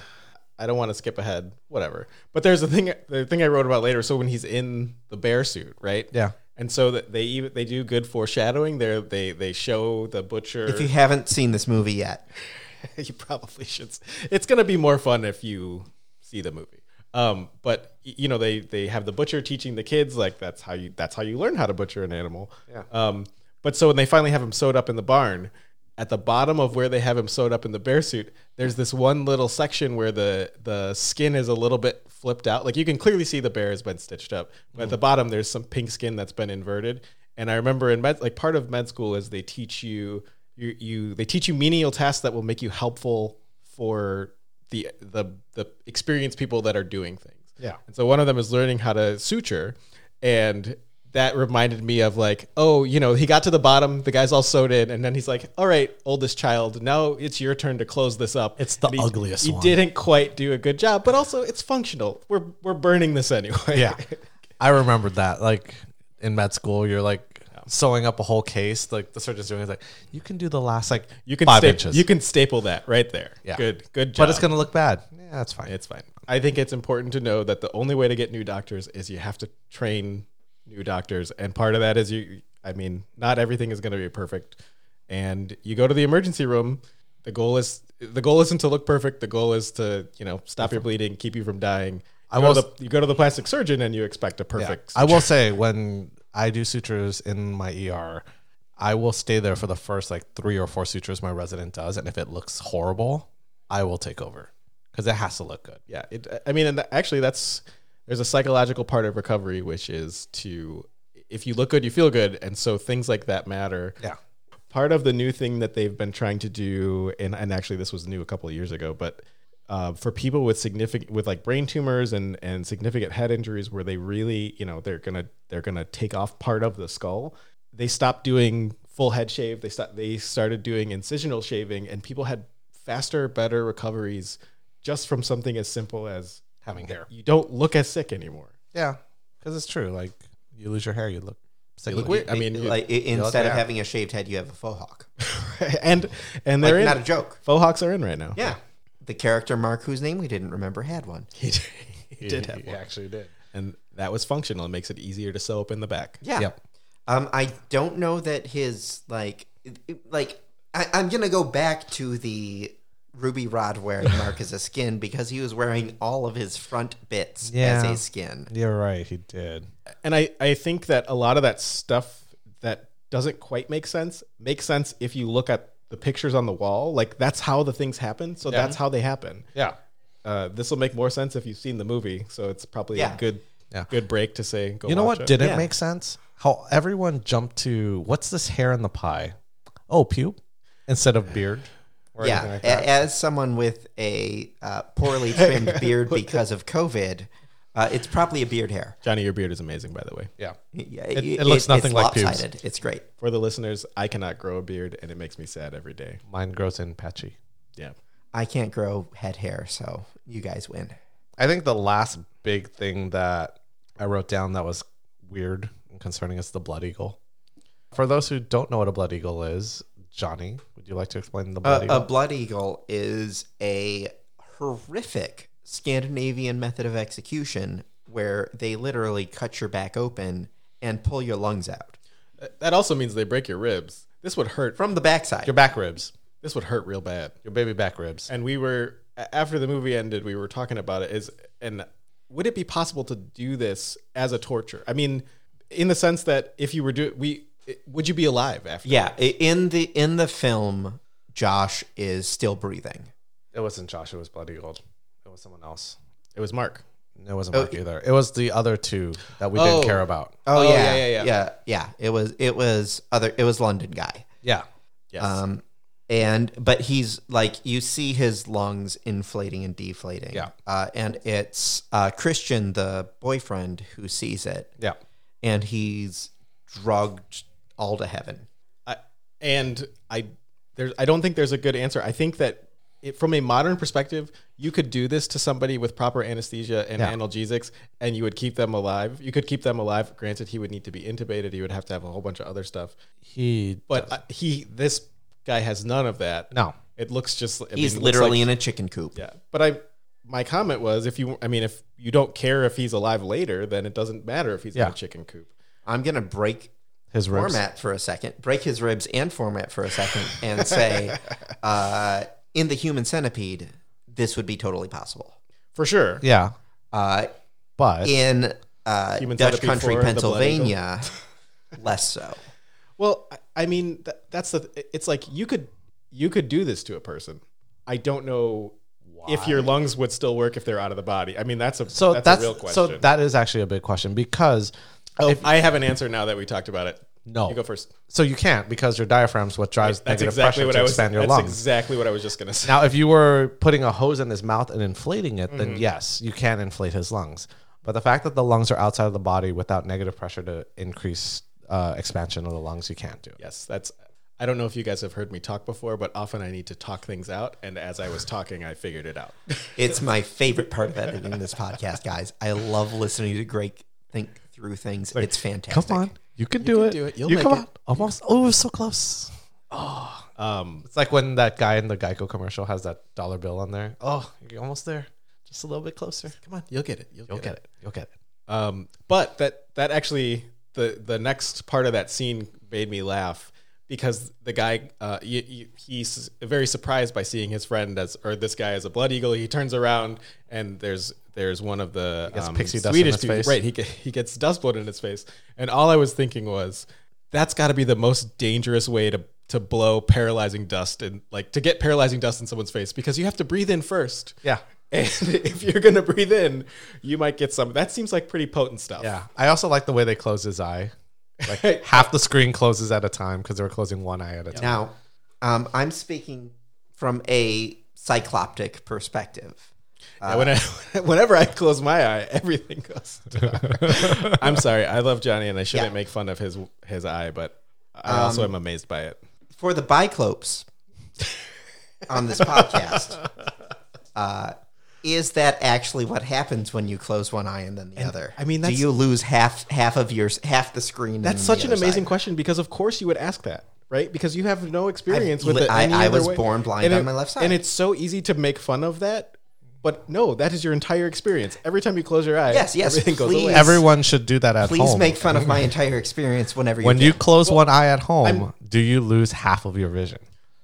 S3: I don't want to skip ahead. Whatever. But there's a thing the thing I wrote about later. So when he's in the bear suit, right?
S2: Yeah.
S3: And so that they even they do good foreshadowing. There they they show the butcher.
S1: if you haven't seen this movie yet,
S3: (laughs) you probably should. s- It's gonna be more fun if you see the movie. Um, but y- you know they they have the butcher teaching the kids like that's how you that's how you learn how to butcher an animal. Yeah. Um, but so when they finally have him sewed up in the barn, at the bottom of where they have him sewed up in the bear suit, there's this one little section where the the skin is a little bit flipped out. Like you can clearly see the bear has been stitched up, but at the bottom there's some pink skin that's been inverted. And I remember in med like part of med school is they teach you you you they teach you menial tasks that will make you helpful for the the the experienced people that are doing things.
S2: Yeah.
S3: And so one of them is learning how to suture and that reminded me of like, oh, you know, he got to the bottom, the guy's all sewed in, and then he's like, All right, oldest child, now it's your turn to close this up.
S2: It's the
S3: And
S2: ugliest
S3: He
S2: one.
S3: didn't quite do a good job, but also it's functional. We're we're burning this anyway. (laughs)
S2: Yeah. I remembered that. Like in med school, you're like sewing up a whole case. Like the surgeon's doing it. Like, you can do the last like
S3: you can
S2: five
S3: sta-
S2: inches.
S3: you can staple that right there.
S2: Yeah.
S3: Good good job.
S2: but it's going to look bad. Yeah, that's fine.
S3: it's fine. I think it's important to know that the only way to get new doctors is you have to train new doctors, and part of that is you. I mean, not everything is going to be perfect, and you go to the emergency room. The goal is the goal isn't to look perfect. The goal is to you know stop your bleeding, keep you from dying. You
S2: I
S3: go to
S2: was-
S3: the, you go to the plastic surgeon and you expect a perfect.
S2: I will say when I do sutures in my ER, I will stay there for the first like three or four sutures my resident does, and if it looks horrible, I will take over because it has to look good.
S3: yeah it, i mean and actually that's there's a psychological part of recovery which is to if you look good you feel good and so things like that matter
S2: Yeah,
S3: part of the new thing that they've been trying to do and, and actually this was new a couple of years ago but uh, for people with significant with like brain tumors and and significant head injuries where they really you know they're gonna they're gonna take off part of the skull they stopped doing full head shave they stopped they started doing incisional shaving and people had faster better recoveries just from something as simple as
S2: having hair.
S3: you don't look as sick anymore
S2: Yeah, because it's true. Like you lose your hair, you look. Sick
S3: look weird. I mean, (laughs)
S1: like i- instead of
S2: yeah.
S1: having a shaved head, you have a faux hawk.
S3: and and
S1: Like,
S3: they're
S1: not a
S3: in
S1: joke.
S3: faux hawks are in right now
S1: Yeah, the character Mark, whose name we didn't remember, had one.
S3: he, did- (laughs) he did have
S2: He
S3: one.
S2: actually did.
S3: and that was functional. It makes it easier to sew up in the back.
S1: Yeah.
S2: Yep.
S1: Um, I don't know that his like it- it- like I, I'm gonna go back to the ruby rod
S2: (laughs)
S1: wearing Mark as a skin because he was wearing all of his front bits as
S2: Yeah.
S1: a skin.
S2: You're right. He did.
S3: And I, I think that a lot of that stuff that doesn't quite make sense makes sense if you look at the pictures on the wall. Like that's how the things happen. So that's how they happen.
S2: Yeah.
S3: Uh, this will make more sense if you've seen the movie. So it's probably
S1: Yeah.
S3: a good
S2: Yeah.
S3: good break to say. Go
S2: You know
S3: watch
S2: what
S3: it.
S2: didn't
S1: Yeah.
S2: make sense? How everyone jumped to what's this hair in the pie? Oh, pube instead of beard. Or
S1: Yeah,
S2: anything like that.
S1: a- as someone with a uh, poorly
S2: (laughs)
S1: trimmed beard because of COVID, uh, it's probably a beard hair.
S3: Johnny, your beard is amazing, by the way.
S2: yeah.
S1: Yeah,
S2: It- it looks nothing like pubes.
S1: lopsided. It's great.
S3: For the listeners, I cannot grow a beard, and it makes me sad every day.
S2: Mine grows in patchy.
S3: Yeah.
S1: I can't grow head hair, so you guys win.
S2: I think the last big thing that I wrote down that was weird and concerning is the blood eagle. For those who don't know what a blood eagle is, Johnny, would you like to explain the blood
S1: A,
S2: eagle?
S1: a blood eagle is a horrific Scandinavian method of execution where they literally cut your back open and pull your lungs out
S3: Uh, That also means they break your ribs. This would hurt.
S1: from the backside.
S2: your back ribs,
S3: This would hurt real bad.
S2: your baby back ribs.
S3: and we were a- after the movie ended we were talking about it is and would it be possible to do this as a torture i mean in the sense that if you were do we would you be alive after
S1: Yeah, i- in the in the film, Josh is still breathing.
S2: It wasn't Josh. It was blood eagle. It was someone else.
S3: it was mark
S2: It wasn't Mark either. It was the other two that we
S3: Oh.
S2: didn't care about.
S1: Oh,
S3: Oh,
S1: yeah,
S3: yeah, yeah, yeah.
S1: yeah, yeah. It was it was other it was London guy.
S2: Yeah.
S3: yes
S1: Um, and but he's like you see his lungs inflating and deflating.
S2: Yeah.
S1: Uh, and it's uh, Christian, the boyfriend, who sees it,
S2: Yeah.
S1: and he's drugged all to heaven.
S3: I, and i there's i don't think there's a good answer i think that it, from a modern perspective you could do this to somebody with proper anesthesia and
S2: Yeah.
S3: analgesics and you would keep them alive you could keep them alive granted he would need to be intubated he would have to have a whole bunch of other stuff
S2: He
S3: but uh, he this guy has none of that
S2: no.
S3: It looks just. I mean,
S1: He's
S3: it looks
S1: literally
S3: like-
S1: in a chicken coop.
S3: yeah, but I. My comment was, if you, I mean, if you don't care if he's alive later, then it doesn't matter if he's in
S2: Yeah.
S3: a chicken coop.
S1: I'm gonna break
S2: His ribs.
S1: format for a second, break his ribs and format for a second, and
S3: (laughs)
S1: say, uh, in the human centipede, this would be totally possible.
S3: For sure.
S2: Yeah.
S1: Uh,
S2: But
S1: in uh,
S3: Human
S1: Dutch
S3: centipede
S1: country
S3: for the blood eagle.
S1: Pennsylvania, (laughs) less so.
S3: Well, I, I mean, th- that's the. It's like you could, you could do this to a person. I don't know if your lungs would still work if they're out of the body. I mean, that's a
S2: so
S3: that's,
S2: that's,
S3: a real question.
S2: so that is actually a big question because
S3: oh, I have an answer now that we talked about it.
S2: No.
S3: you go first.
S2: so you can't because your diaphragm's what drives
S3: That's
S2: negative
S3: exactly
S2: pressure
S3: what
S2: to
S3: I was.
S2: expand
S3: That's
S2: your lungs.
S3: exactly what I was just gonna say.
S2: now, if you were putting a hose in his mouth and inflating it,
S3: Mm-hmm.
S2: then yes, you can inflate his lungs. But the fact that the lungs are outside of the body without negative pressure to increase uh, expansion of the lungs, you can't do it.
S3: Yes, that's. I don't know if you guys have heard me talk before, but often I need to talk things out, and as I was talking, I figured it out.
S1: It's my favorite part of editing this podcast, guys. I love listening to Greg think through things. it's fantastic.
S2: Come on, you can do it.
S3: do it. You'll
S2: you
S3: make
S2: come
S3: it.
S2: on, almost. Oh, it was so close. Ah.
S3: Um,
S2: Um, It's like when that guy in the Geico commercial has that dollar bill on there. Oh, you're almost there. Just a little bit closer.
S3: Come on, you'll get it. You'll,
S2: You'll
S3: get,
S2: get
S3: it.
S2: it. You'll get it.
S3: Um, but that that actually the the next part of that scene made me laugh because the guy uh, y y he's very surprised by seeing his friend as or this guy as a blood eagle. He turns around and there's there's one of the
S2: gets
S3: um,
S2: pixie dust in
S3: Swedish
S2: his
S3: dudes.
S2: face.
S3: Right, he ge- he gets dust blown in his face, and all I was thinking was that's got to be the most dangerous way to to blow paralyzing dust and like to get paralyzing dust in someone's face because you have to breathe in first.
S2: Yeah.
S3: And (laughs) if you're gonna breathe in, you might get some. That seems like pretty potent stuff.
S2: Yeah. I also like the way they close his eye. (laughs) Like half the screen closes at a time because they were closing one eye at a time.
S1: Now, um, I'm speaking from a cycloptic perspective.
S3: Yeah, when I, (laughs) whenever I close my eye, everything goes. (laughs) dark. I'm sorry. I love Johnny, and I shouldn't
S1: Yeah.
S3: make fun of his his eye, but I also am amazed by it.
S1: for the
S3: (laughs)
S1: biclopes on this podcast, uh, is that actually what happens when you close one eye and then the other?
S3: I mean,
S1: do
S3: that's-
S1: you lose half half of your half the screen?
S3: That's such an amazing question because, of course, you would ask that, right? Because you have no experience
S1: I've
S3: with
S1: li-
S3: it.
S1: I-
S3: any
S1: I
S3: other
S1: was
S3: way.
S1: born blind
S3: And
S1: on
S3: it-
S1: my left side.
S3: and it's so easy to make fun of that. But no, that is your entire experience. Every time you close your eye,
S1: Yes, yes,
S3: everything goes away.
S1: please.
S2: Everyone should do that at
S1: Please
S2: home.
S1: make fun
S2: (laughs)
S1: of my entire experience whenever you
S2: when you
S1: can.
S2: close one eye at home, do you lose half of your vision?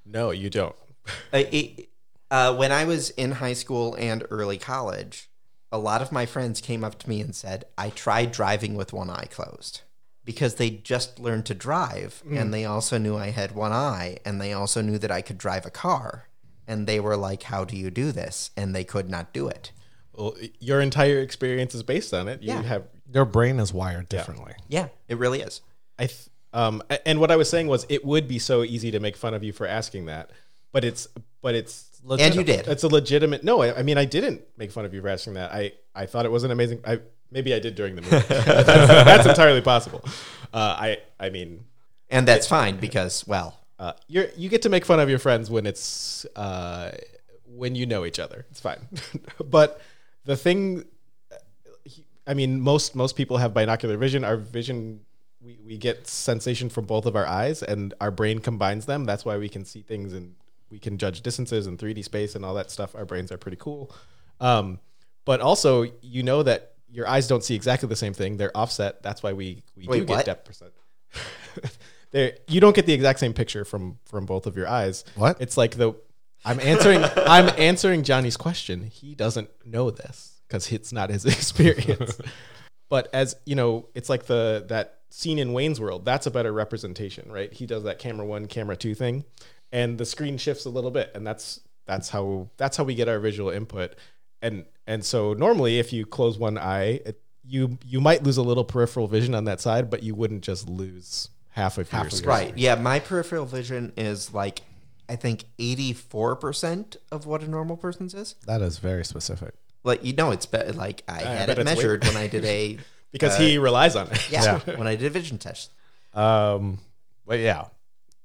S3: No, you don't. (laughs)
S1: Uh, it- uh, when I was in high school and early college, a lot of my friends came up to me and said, I tried driving with one eye closed because they just learned to drive
S2: Mm.
S1: and they also knew I had one eye and they also knew that I could drive a car. And they were like, How do you do this? And they could not do it.
S3: Well, your entire experience is based on it. You
S1: Yeah.
S3: have
S2: Your brain is wired differently.
S1: Yeah, it really is.
S3: I th- um a- and what I was saying was it would be so easy to make fun of you for asking that, but it's but it's
S1: And you did.
S3: It's a legitimate. No, I, I mean I didn't make fun of you for asking that. I I thought it was an amazing. I maybe I did during the movie. (laughs) that's, that's entirely possible. Uh, I I mean.
S1: And that's fine because, well,
S3: Uh, you're, you get to make fun of your friends when it's uh, when you know each other. It's fine, (laughs) but the thing I mean, most most people have binocular vision. Our vision, we, we get sensation from both of our eyes, and our brain combines them. That's why we can see things and we can judge distances and 3D space and all that stuff. Our brains are pretty cool. Um, but also, you know that your eyes don't see exactly the same thing. They're offset. That's why we we
S1: Wait,
S3: do
S1: what?
S3: get depth percent. (laughs) there, you don't get the exact same picture from from both of your eyes.
S2: What?
S3: It's like the I'm answering I'm answering Johnny's question. He doesn't know this because it's not his (laughs) experience. but as you know, it's like the that scene in Wayne's World. That's a better representation, right? He does that camera one, camera two thing, and the screen shifts a little bit, and that's that's how that's how we get our visual input. And and so normally, if you close one eye, it, you you might lose a little peripheral vision on that side, but you wouldn't just lose half of your screen.
S1: Right. Yeah, my peripheral vision is like I think 84% of what a normal person's is.
S2: That is very specific.
S1: Like you know it's be- like I had
S3: bet
S1: it
S3: it's way-
S1: measured when I did a
S3: because he relies on it.
S1: yeah, when I did a vision test.
S2: Um, but yeah,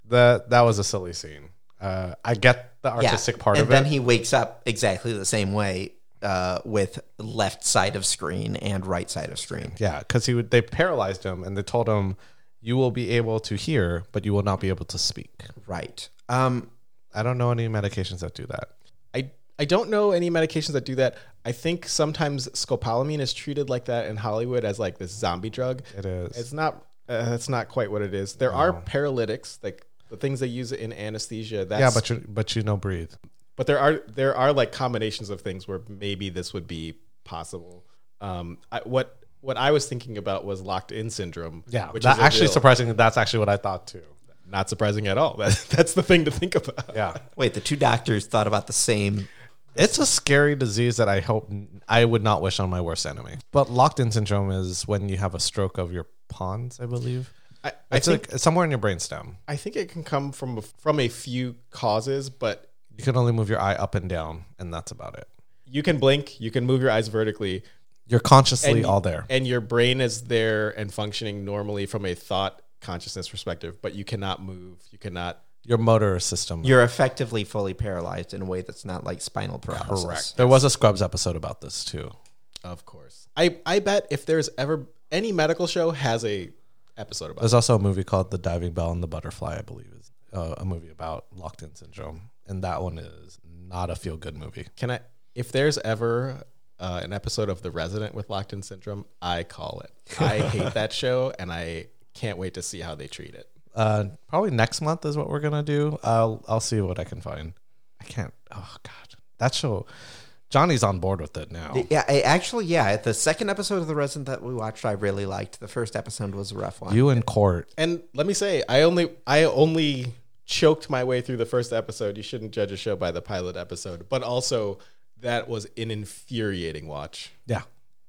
S2: that that was a silly scene. Uh, I get the
S1: Yeah.
S2: artistic part
S1: and
S2: of
S1: then
S2: it.
S1: he wakes up exactly the same way uh, with left side of screen and right side of screen.
S2: yeah, because he would they paralyzed him and they told him, "You will be able to hear, but you will not be able to speak."
S1: Right. Um
S2: I don't know any medications that do that.
S3: I I don't know any medications that do that. I think sometimes scopolamine is treated like that in Hollywood as like this zombie drug.
S2: It is.
S3: It's not. Uh, that's not quite what it is. There are paralytics, like the things they use in anesthesia. That's,
S2: yeah, but you but you know breathe.
S3: but there are there are like combinations of things where maybe this would be possible. Um, I, what what I was thinking about was locked in syndrome.
S2: Yeah,
S3: which
S2: that
S3: is a
S2: actually
S3: real-
S2: surprisingly that's actually what I thought too.
S3: not surprising at all. (laughs) That, that's the thing to think about. (laughs)
S2: Yeah,
S1: wait, the two doctors thought about the same
S2: it's a scary disease that I hope I would not wish on my worst enemy. But locked-in syndrome is when you have a stroke of your pons, I believe.
S3: I, I
S2: It's
S3: think
S2: like somewhere in your brainstem.
S3: I think it can come from from a few causes, but
S2: You can only move your eye up and down, and that's about it.
S3: you can blink, you can move your eyes vertically,
S2: You're consciously
S3: and-
S2: all there.
S3: and your brain is there and functioning normally from a thought consciousness perspective, but you cannot move, you cannot.
S2: Your motor system.
S1: you're effectively fully paralyzed in a way that's not like spinal paralysis.
S2: There was a Scrubs episode about this too.
S3: Of course, I I bet if there's ever any medical show has a episode about it.
S2: There's also a movie called The Diving Bell and the Butterfly, I believe, is uh, a movie about locked-in syndrome, and that one is not a feel-good movie.
S3: Can I? if there's ever uh, an episode of The Resident with Locked-in syndrome, I call it. I hate that show, and I can't wait to see how they treat it.
S2: Uh, probably next month is what we're gonna do. I'll I'll see what I can find. I can't. Oh God, that show. Johnny's on board with it now.
S1: Yeah, I, actually, yeah. The second episode of The Resident that we watched, I really liked. The first episode was a rough one.
S2: you in court.
S3: And let me say, I only I only choked my way through the first episode. You shouldn't judge a show by the pilot episode, but also that was an infuriating watch.
S2: Yeah,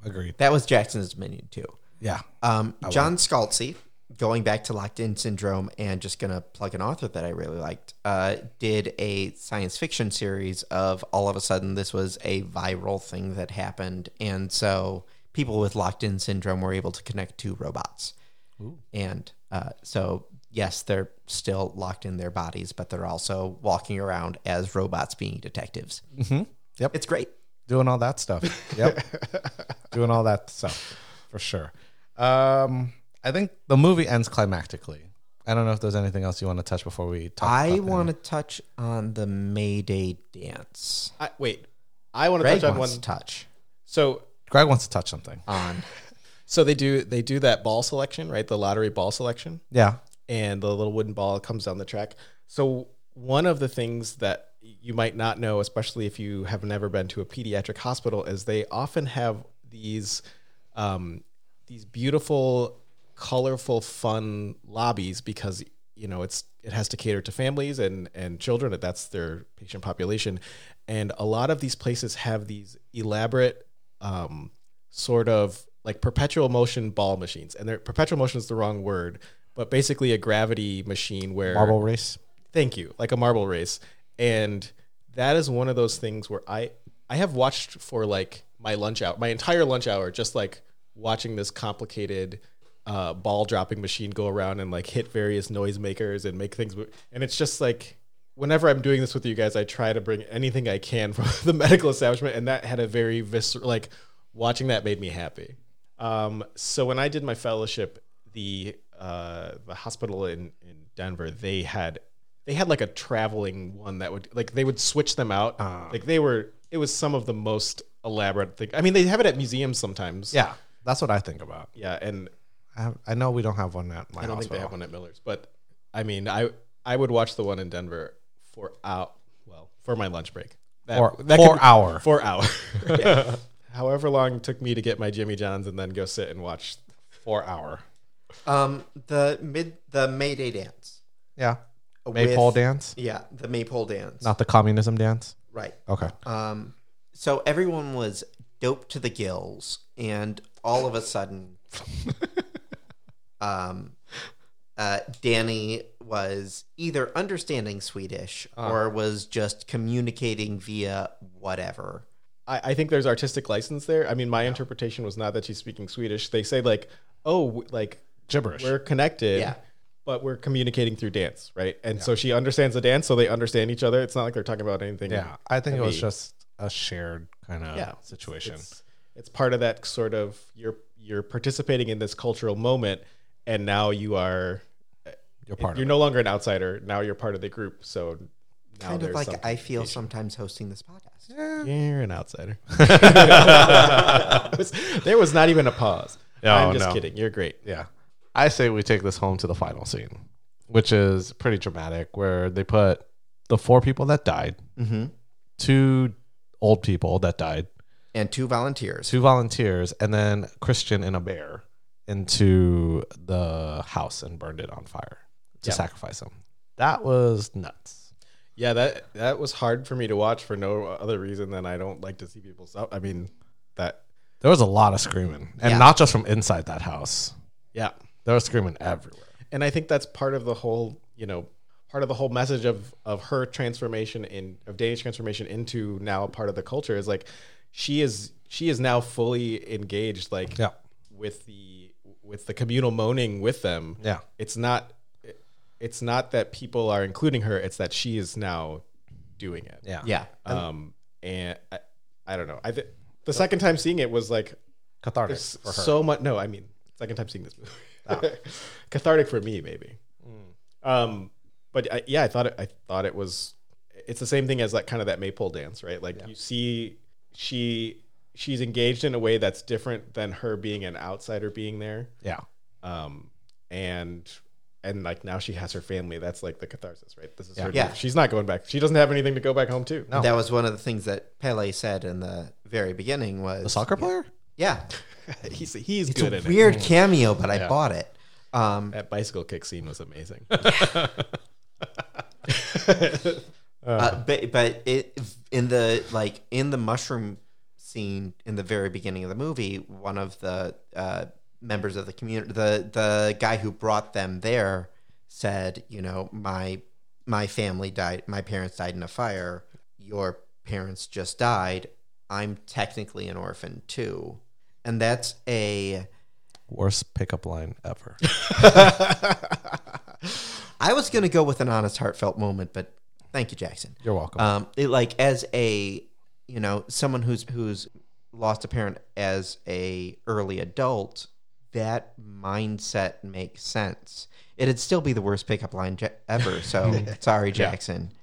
S2: agreed.
S1: that was Jackson's Dominion too.
S2: Yeah,
S1: Um,
S3: Oh,
S1: John Scalzi, going back to locked in syndrome and just gonna plug an author that I really liked, uh, did a science fiction series of all of a sudden this was a viral thing that happened, and so people with locked in syndrome were able to connect to robots, and uh, so yes, they're still locked in their bodies, but they're also walking around as robots being detectives.
S3: Mm-hmm.
S2: Yep.
S1: it's great.
S2: doing all that
S3: (laughs)
S2: stuff. Yep, doing all that stuff for sure. Um, I think the movie ends climactically. I don't know if there's anything else you want to touch before we talk.
S1: I
S2: about that.
S1: want to touch on the Mayday dance.
S3: I, wait, I want to
S1: Greg
S3: touch on
S1: wants
S3: one.
S1: to touch.
S3: So
S2: Greg wants to touch something.
S3: Uh,
S1: on.
S3: so they do they do that ball selection, right? The lottery ball selection.
S2: yeah.
S3: and the little wooden ball comes down the track. So one of the things that you might not know, especially if you have never been to a pediatric hospital, is they often have these um, these beautiful, colorful, fun lobbies because you know it's it has to cater to families and and children. and That's their patient population, and a lot of these places have these elaborate um, sort of like perpetual motion ball machines. And they're, perpetual motion is the wrong word, but basically a gravity machine where
S2: Marble race.
S3: thank you, like a marble race. And that is one of those things where I I have watched for like my lunch hour, my entire lunch hour, just like watching this complicated uh, ball dropping machine go around and like hit various noisemakers and make things. move. And it's just like whenever I'm doing this with you guys, I try to bring anything I can (laughs) from the medical establishment, and that had a very visceral like watching that made me happy. Um, so when I did my fellowship, the uh, the hospital in, in Denver, they had they had like a traveling one that would like they would switch them out. like they were it was some of the most elaborate thing. I mean, they have it at museums sometimes.
S2: Yeah, that's what I think about.
S3: yeah, and
S2: I, have, I know we don't have one at my
S3: I don't think they
S2: hospital.
S3: have one at Miller's, but I mean, I I would watch the one in Denver for out well for my lunch break. That,
S2: Or- for
S3: (laughs) could-
S2: hour.
S3: for hour. Yeah. (laughs) However long it took me to get my Jimmy John's and then go sit and watch
S2: Four hour.
S1: Um, the mid the Mayday dance.
S2: Yeah. Maypole
S1: With-
S2: dance,
S1: Yeah, the Maypole dance.
S2: not the communism dance.
S1: Right.
S2: Okay.
S3: Uh,
S1: Um, so everyone was dope to the gills, and all of a sudden, um, uh, Danny was either understanding Swedish
S2: Uh-huh.
S1: or was just communicating via whatever.
S3: I, I think there's artistic license there. I mean, my interpretation was not that she's speaking Swedish. They say like, oh, w- like
S2: Gibberish.
S3: we're connected,
S1: Yeah.
S3: but we're communicating through dance, right? And so she understands the dance, so they understand each other. It's not like they're talking about anything.
S2: yeah, I think it was
S3: Maybe.
S2: just a shared kind of
S3: Yeah.
S2: situation.
S3: It's, it's part of that sort of you're you're participating in this cultural moment, and now you are
S2: You're part
S3: you're
S2: of
S3: no longer an outsider. Now you're part of the group. So now
S1: Kind of
S3: there's
S1: like
S3: something-
S1: I feel sometimes hosting this podcast.
S3: You're
S1: (laughs)
S3: an outsider. (laughs)
S2: (laughs)
S3: there was not even a pause.
S2: No,
S3: I'm just
S2: no.
S3: kidding. You're great.
S2: it. Yeah, I say we take this home to the final scene, which is pretty dramatic, where they put the four people that died, two old people that died,
S1: And two volunteers.
S2: two volunteers, and then Christian and a bear into the house and burned it on fire to sacrifice him. That was nuts.
S3: Yeah, that that was hard for me to watch for no other reason than I don't like to see people suffer. I mean, that
S2: There was a lot of screaming, and
S1: Yeah.
S2: not just from inside that house.
S3: yeah,
S2: There was screaming everywhere.
S3: and I think that's part of the whole you know part of the whole message of of her transformation in of Danny's transformation into now a part of the culture is like she is she is now fully engaged like
S2: Yeah.
S3: with the with the communal moaning with them
S2: Yeah.
S3: it's not it's not that people are including her it's that she is now doing it
S2: Yeah.
S1: Yeah.
S3: um and i, I don't know i th- the second time seeing it was like
S2: Cathartic
S3: s-
S2: for her.
S3: so much no i mean second time seeing
S1: (laughs)
S3: this movie Ah. cathartic for me maybe
S1: Hmm.
S3: um but I, yeah i thought it, i thought it was it's the same thing as like kind of that maypole dance right like you see she she's engaged in a way that's different than her being an outsider being there.
S2: Yeah.
S3: Um, and and like now she has her family. That's like the catharsis, right? This is her.
S1: Yeah.
S3: She's not going back. She doesn't have anything to go back home to.
S2: Oh.
S1: That was one of the things that Pele said in the very beginning was
S2: The soccer player?
S1: Yeah.
S3: (laughs) he's he's
S1: It's
S3: good
S1: a
S3: at
S1: weird cameo, but I
S3: Yeah.
S1: bought it. Um,
S3: it. That bicycle kick scene was amazing.
S1: uh, but but it in the like in the mushroom scene in the very beginning of the movie, one of the uh, members of the community, the the guy who brought them there, said, you know, my my family died, my parents died in a fire. Your parents just died. I'm technically an orphan too, and that's a
S2: Worst pickup line (laughs) ever.
S1: I was going to go with an honest, heartfelt moment, but thank you, Jackson.
S2: You're welcome.
S1: Um, it, like as a you know someone who's who's lost a parent as a early adult, that mindset makes sense. It'd still be the worst pickup line ja- ever. So sorry, Jackson.
S3: (sighs)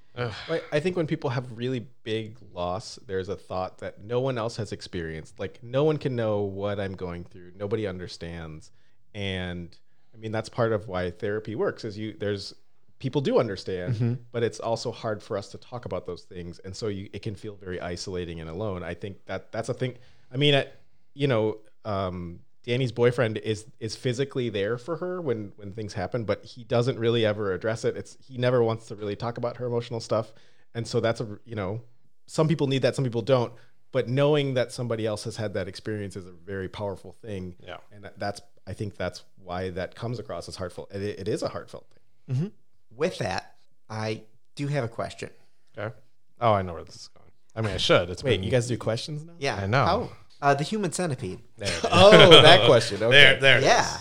S3: Right, I think when people have really big loss, there's a thought that no one else has experienced. Like no one can know what I'm going through. Nobody understands. And I mean that's part of why therapy works is you there's people do understand, but it's also hard for us to talk about those things. And so you it can feel very isolating and alone. I think that that's a thing. I mean, I, you know, um Danny's boyfriend is is physically there for her when when things happen, but he doesn't really ever address it. It's he never wants to really talk about her emotional stuff, and so that's a you know, some people need that, some people don't. But knowing that somebody else has had that experience is a very powerful thing.
S2: Yeah.
S3: and that- that's I think that's why that comes across as heartfelt. It, it is a heartfelt thing.
S1: With that, I do have a question.
S2: okay. Oh, I know where this is going. I mean, I should. It's
S3: Wait,
S2: been-
S3: you guys do questions now?
S1: Yeah,
S2: I know.
S1: Uh, the human centipede.
S3: (laughs) Oh, that question. Okay.
S2: (laughs) There, there. it
S1: Yeah.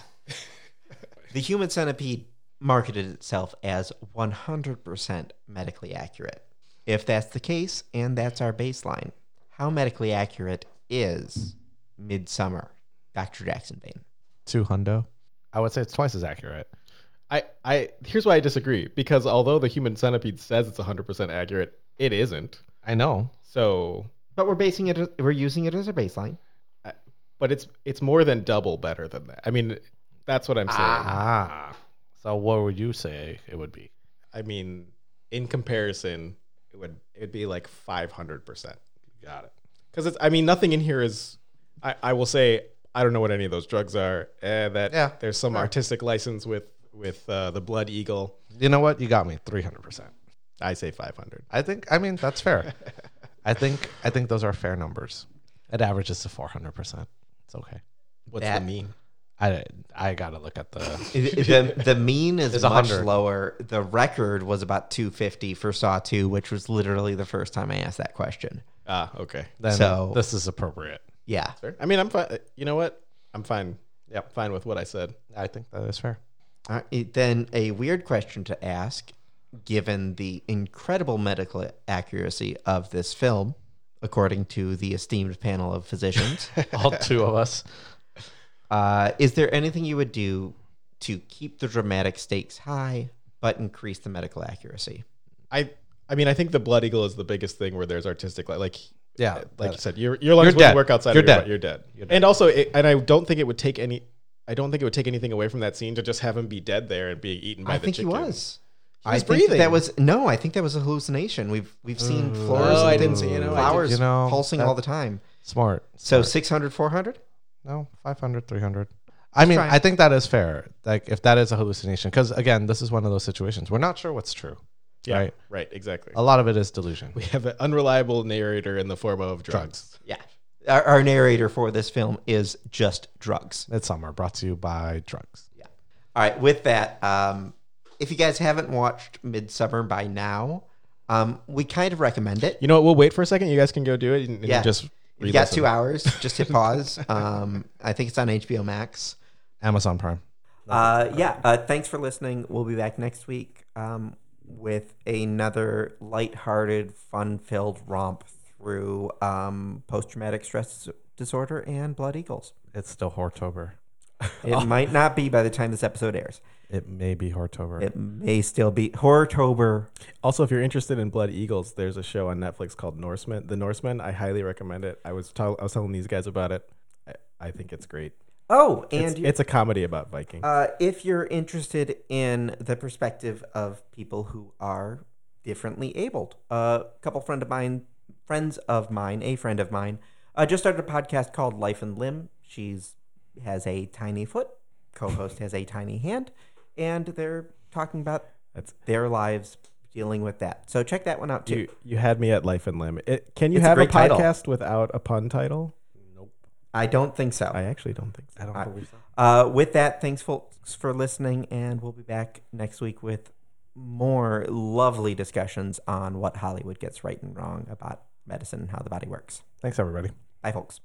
S1: the human centipede marketed itself as 100% medically accurate. If that's the case, and that's our baseline, how medically accurate is Midsummer, Dr. Jackson Bain?
S2: Two hundo. I would say it's twice as accurate.
S3: I, I here's why I disagree because although the human centipede says it's 100% accurate, it isn't.
S2: I know.
S3: So,
S1: But we're basing it, we're using it as a baseline.
S3: I- but it's it's more than double better than that. I mean, that's what I'm saying.
S2: Ah. So what would you say it would be?
S3: I mean, in comparison, it would it'd be like 500%.
S2: Got it.
S3: Cuz it's I mean, nothing in here is I I will say I don't know what any of those drugs are. Eh, that
S2: Yeah,
S3: there's some artistic license with with uh, the blood eagle.
S2: You know what? You got me. Three hundred percent.
S3: I say 500.
S2: I think. I mean, that's (laughs) fair. I think. I think those are fair numbers. It averages to four hundred percent. It's okay.
S3: What's
S1: That-
S3: the mean?
S2: I I gotta look at the. (laughs)
S1: the, the mean is
S2: It's
S1: much
S2: 100.
S1: lower. The record was about 250 for Saw 2, which was literally the first time I asked that question.
S3: Ah, okay.
S2: Then
S1: So-
S2: this is appropriate.
S1: Yeah.
S3: Fair. I mean, I'm fine. You know what? I'm fine. Yeah, fine with what I said.
S2: I think that is fair.
S1: All right, Uh, then a weird question to ask, given the incredible medical accuracy of this film, according to the esteemed panel of
S3: (laughs)
S1: physicians.
S2: All two of us.
S1: uh, is there anything you would do to keep the dramatic stakes high but increase the medical accuracy?
S3: I I mean, I think the blood eagle is the biggest thing where there's artistic li- like
S2: Yeah,
S3: like you said, your your lungs
S2: You're
S3: wouldn't
S2: dead.
S3: work outside.
S2: You're
S3: of your
S2: dead.
S3: butt. You're dead. And also, it, and I don't think it would take any. I don't think it would take anything away from that scene to just have him be dead there and being eaten by
S1: I
S3: the
S1: think he
S3: chicken.
S1: was.
S3: He was
S1: I think that
S3: breathing.
S1: was no. I think that was a hallucination. We've we've seen flowers.
S3: Oh, I
S1: and
S3: didn't see- you know, I did-
S1: flowers
S2: you know,
S1: pulsing
S2: that-
S1: all the time.
S2: Smart.
S1: So 600, 400?
S2: No, 500, 300. I mean,
S1: trying.
S2: I think that is fair. Like, if that is a hallucination, because again, this is one of those situations. We're not sure what's true.
S3: Yeah,
S2: Right.
S3: right. Exactly.
S2: A lot of it is delusion.
S3: we have an unreliable narrator in the form of drugs.
S1: Yeah. Our, our narrator for this film is just drugs.
S2: Midsummer brought to you by drugs.
S1: Yeah. All right. With that, um, if you guys haven't watched Midsummer by now, um, we kind of recommend it.
S3: You know what? We'll wait for a second. You guys can go do it and, and
S1: Yeah.
S3: just.
S1: If you got
S3: re-listen.
S1: two hours, just hit
S3: (laughs)
S1: pause. um, I think it's on HBO Max.
S2: Amazon Prime.
S1: Uh, yeah. Uh, thanks for listening. We'll be back next week um, with another lighthearted, fun-filled romp through um, post-traumatic stress disorder and Blood Eagles.
S2: It's still Hortober.
S1: It
S3: Oh.
S1: might not be by the time this episode airs.
S2: It may be Hortober.
S1: It may still be Horrortober.
S3: Also, if you're interested in Blood Eagles, there's a show on Netflix called Norsemen. The Norsemen, I highly recommend it. I was tell- I was telling these guys about it. I, I think it's great.
S1: Oh,
S3: It's,
S1: and you-
S3: it's a comedy about Vikings.
S1: uh, if you're interested in the perspective of people who are differently abled, a couple friend of mine, friends of mine, a friend of mine, uh, just started a podcast called Life and Limb. She's has a tiny foot, co-host has a tiny hand, and they're talking about
S3: That's-
S1: their lives dealing with that. So check that one out too.
S3: you you had me at Life and Limb. It, can you
S1: It's a
S3: have a,
S1: great title.
S3: podcast without a pun title?
S1: I don't think so.
S3: I actually don't think so.
S2: I don't believe so.
S1: Uh, with that, thanks folks for listening, and we'll be back next week with more lovely discussions on what Hollywood gets right and wrong about medicine and how the body works.
S2: Thanks, everybody.
S1: Bye, folks.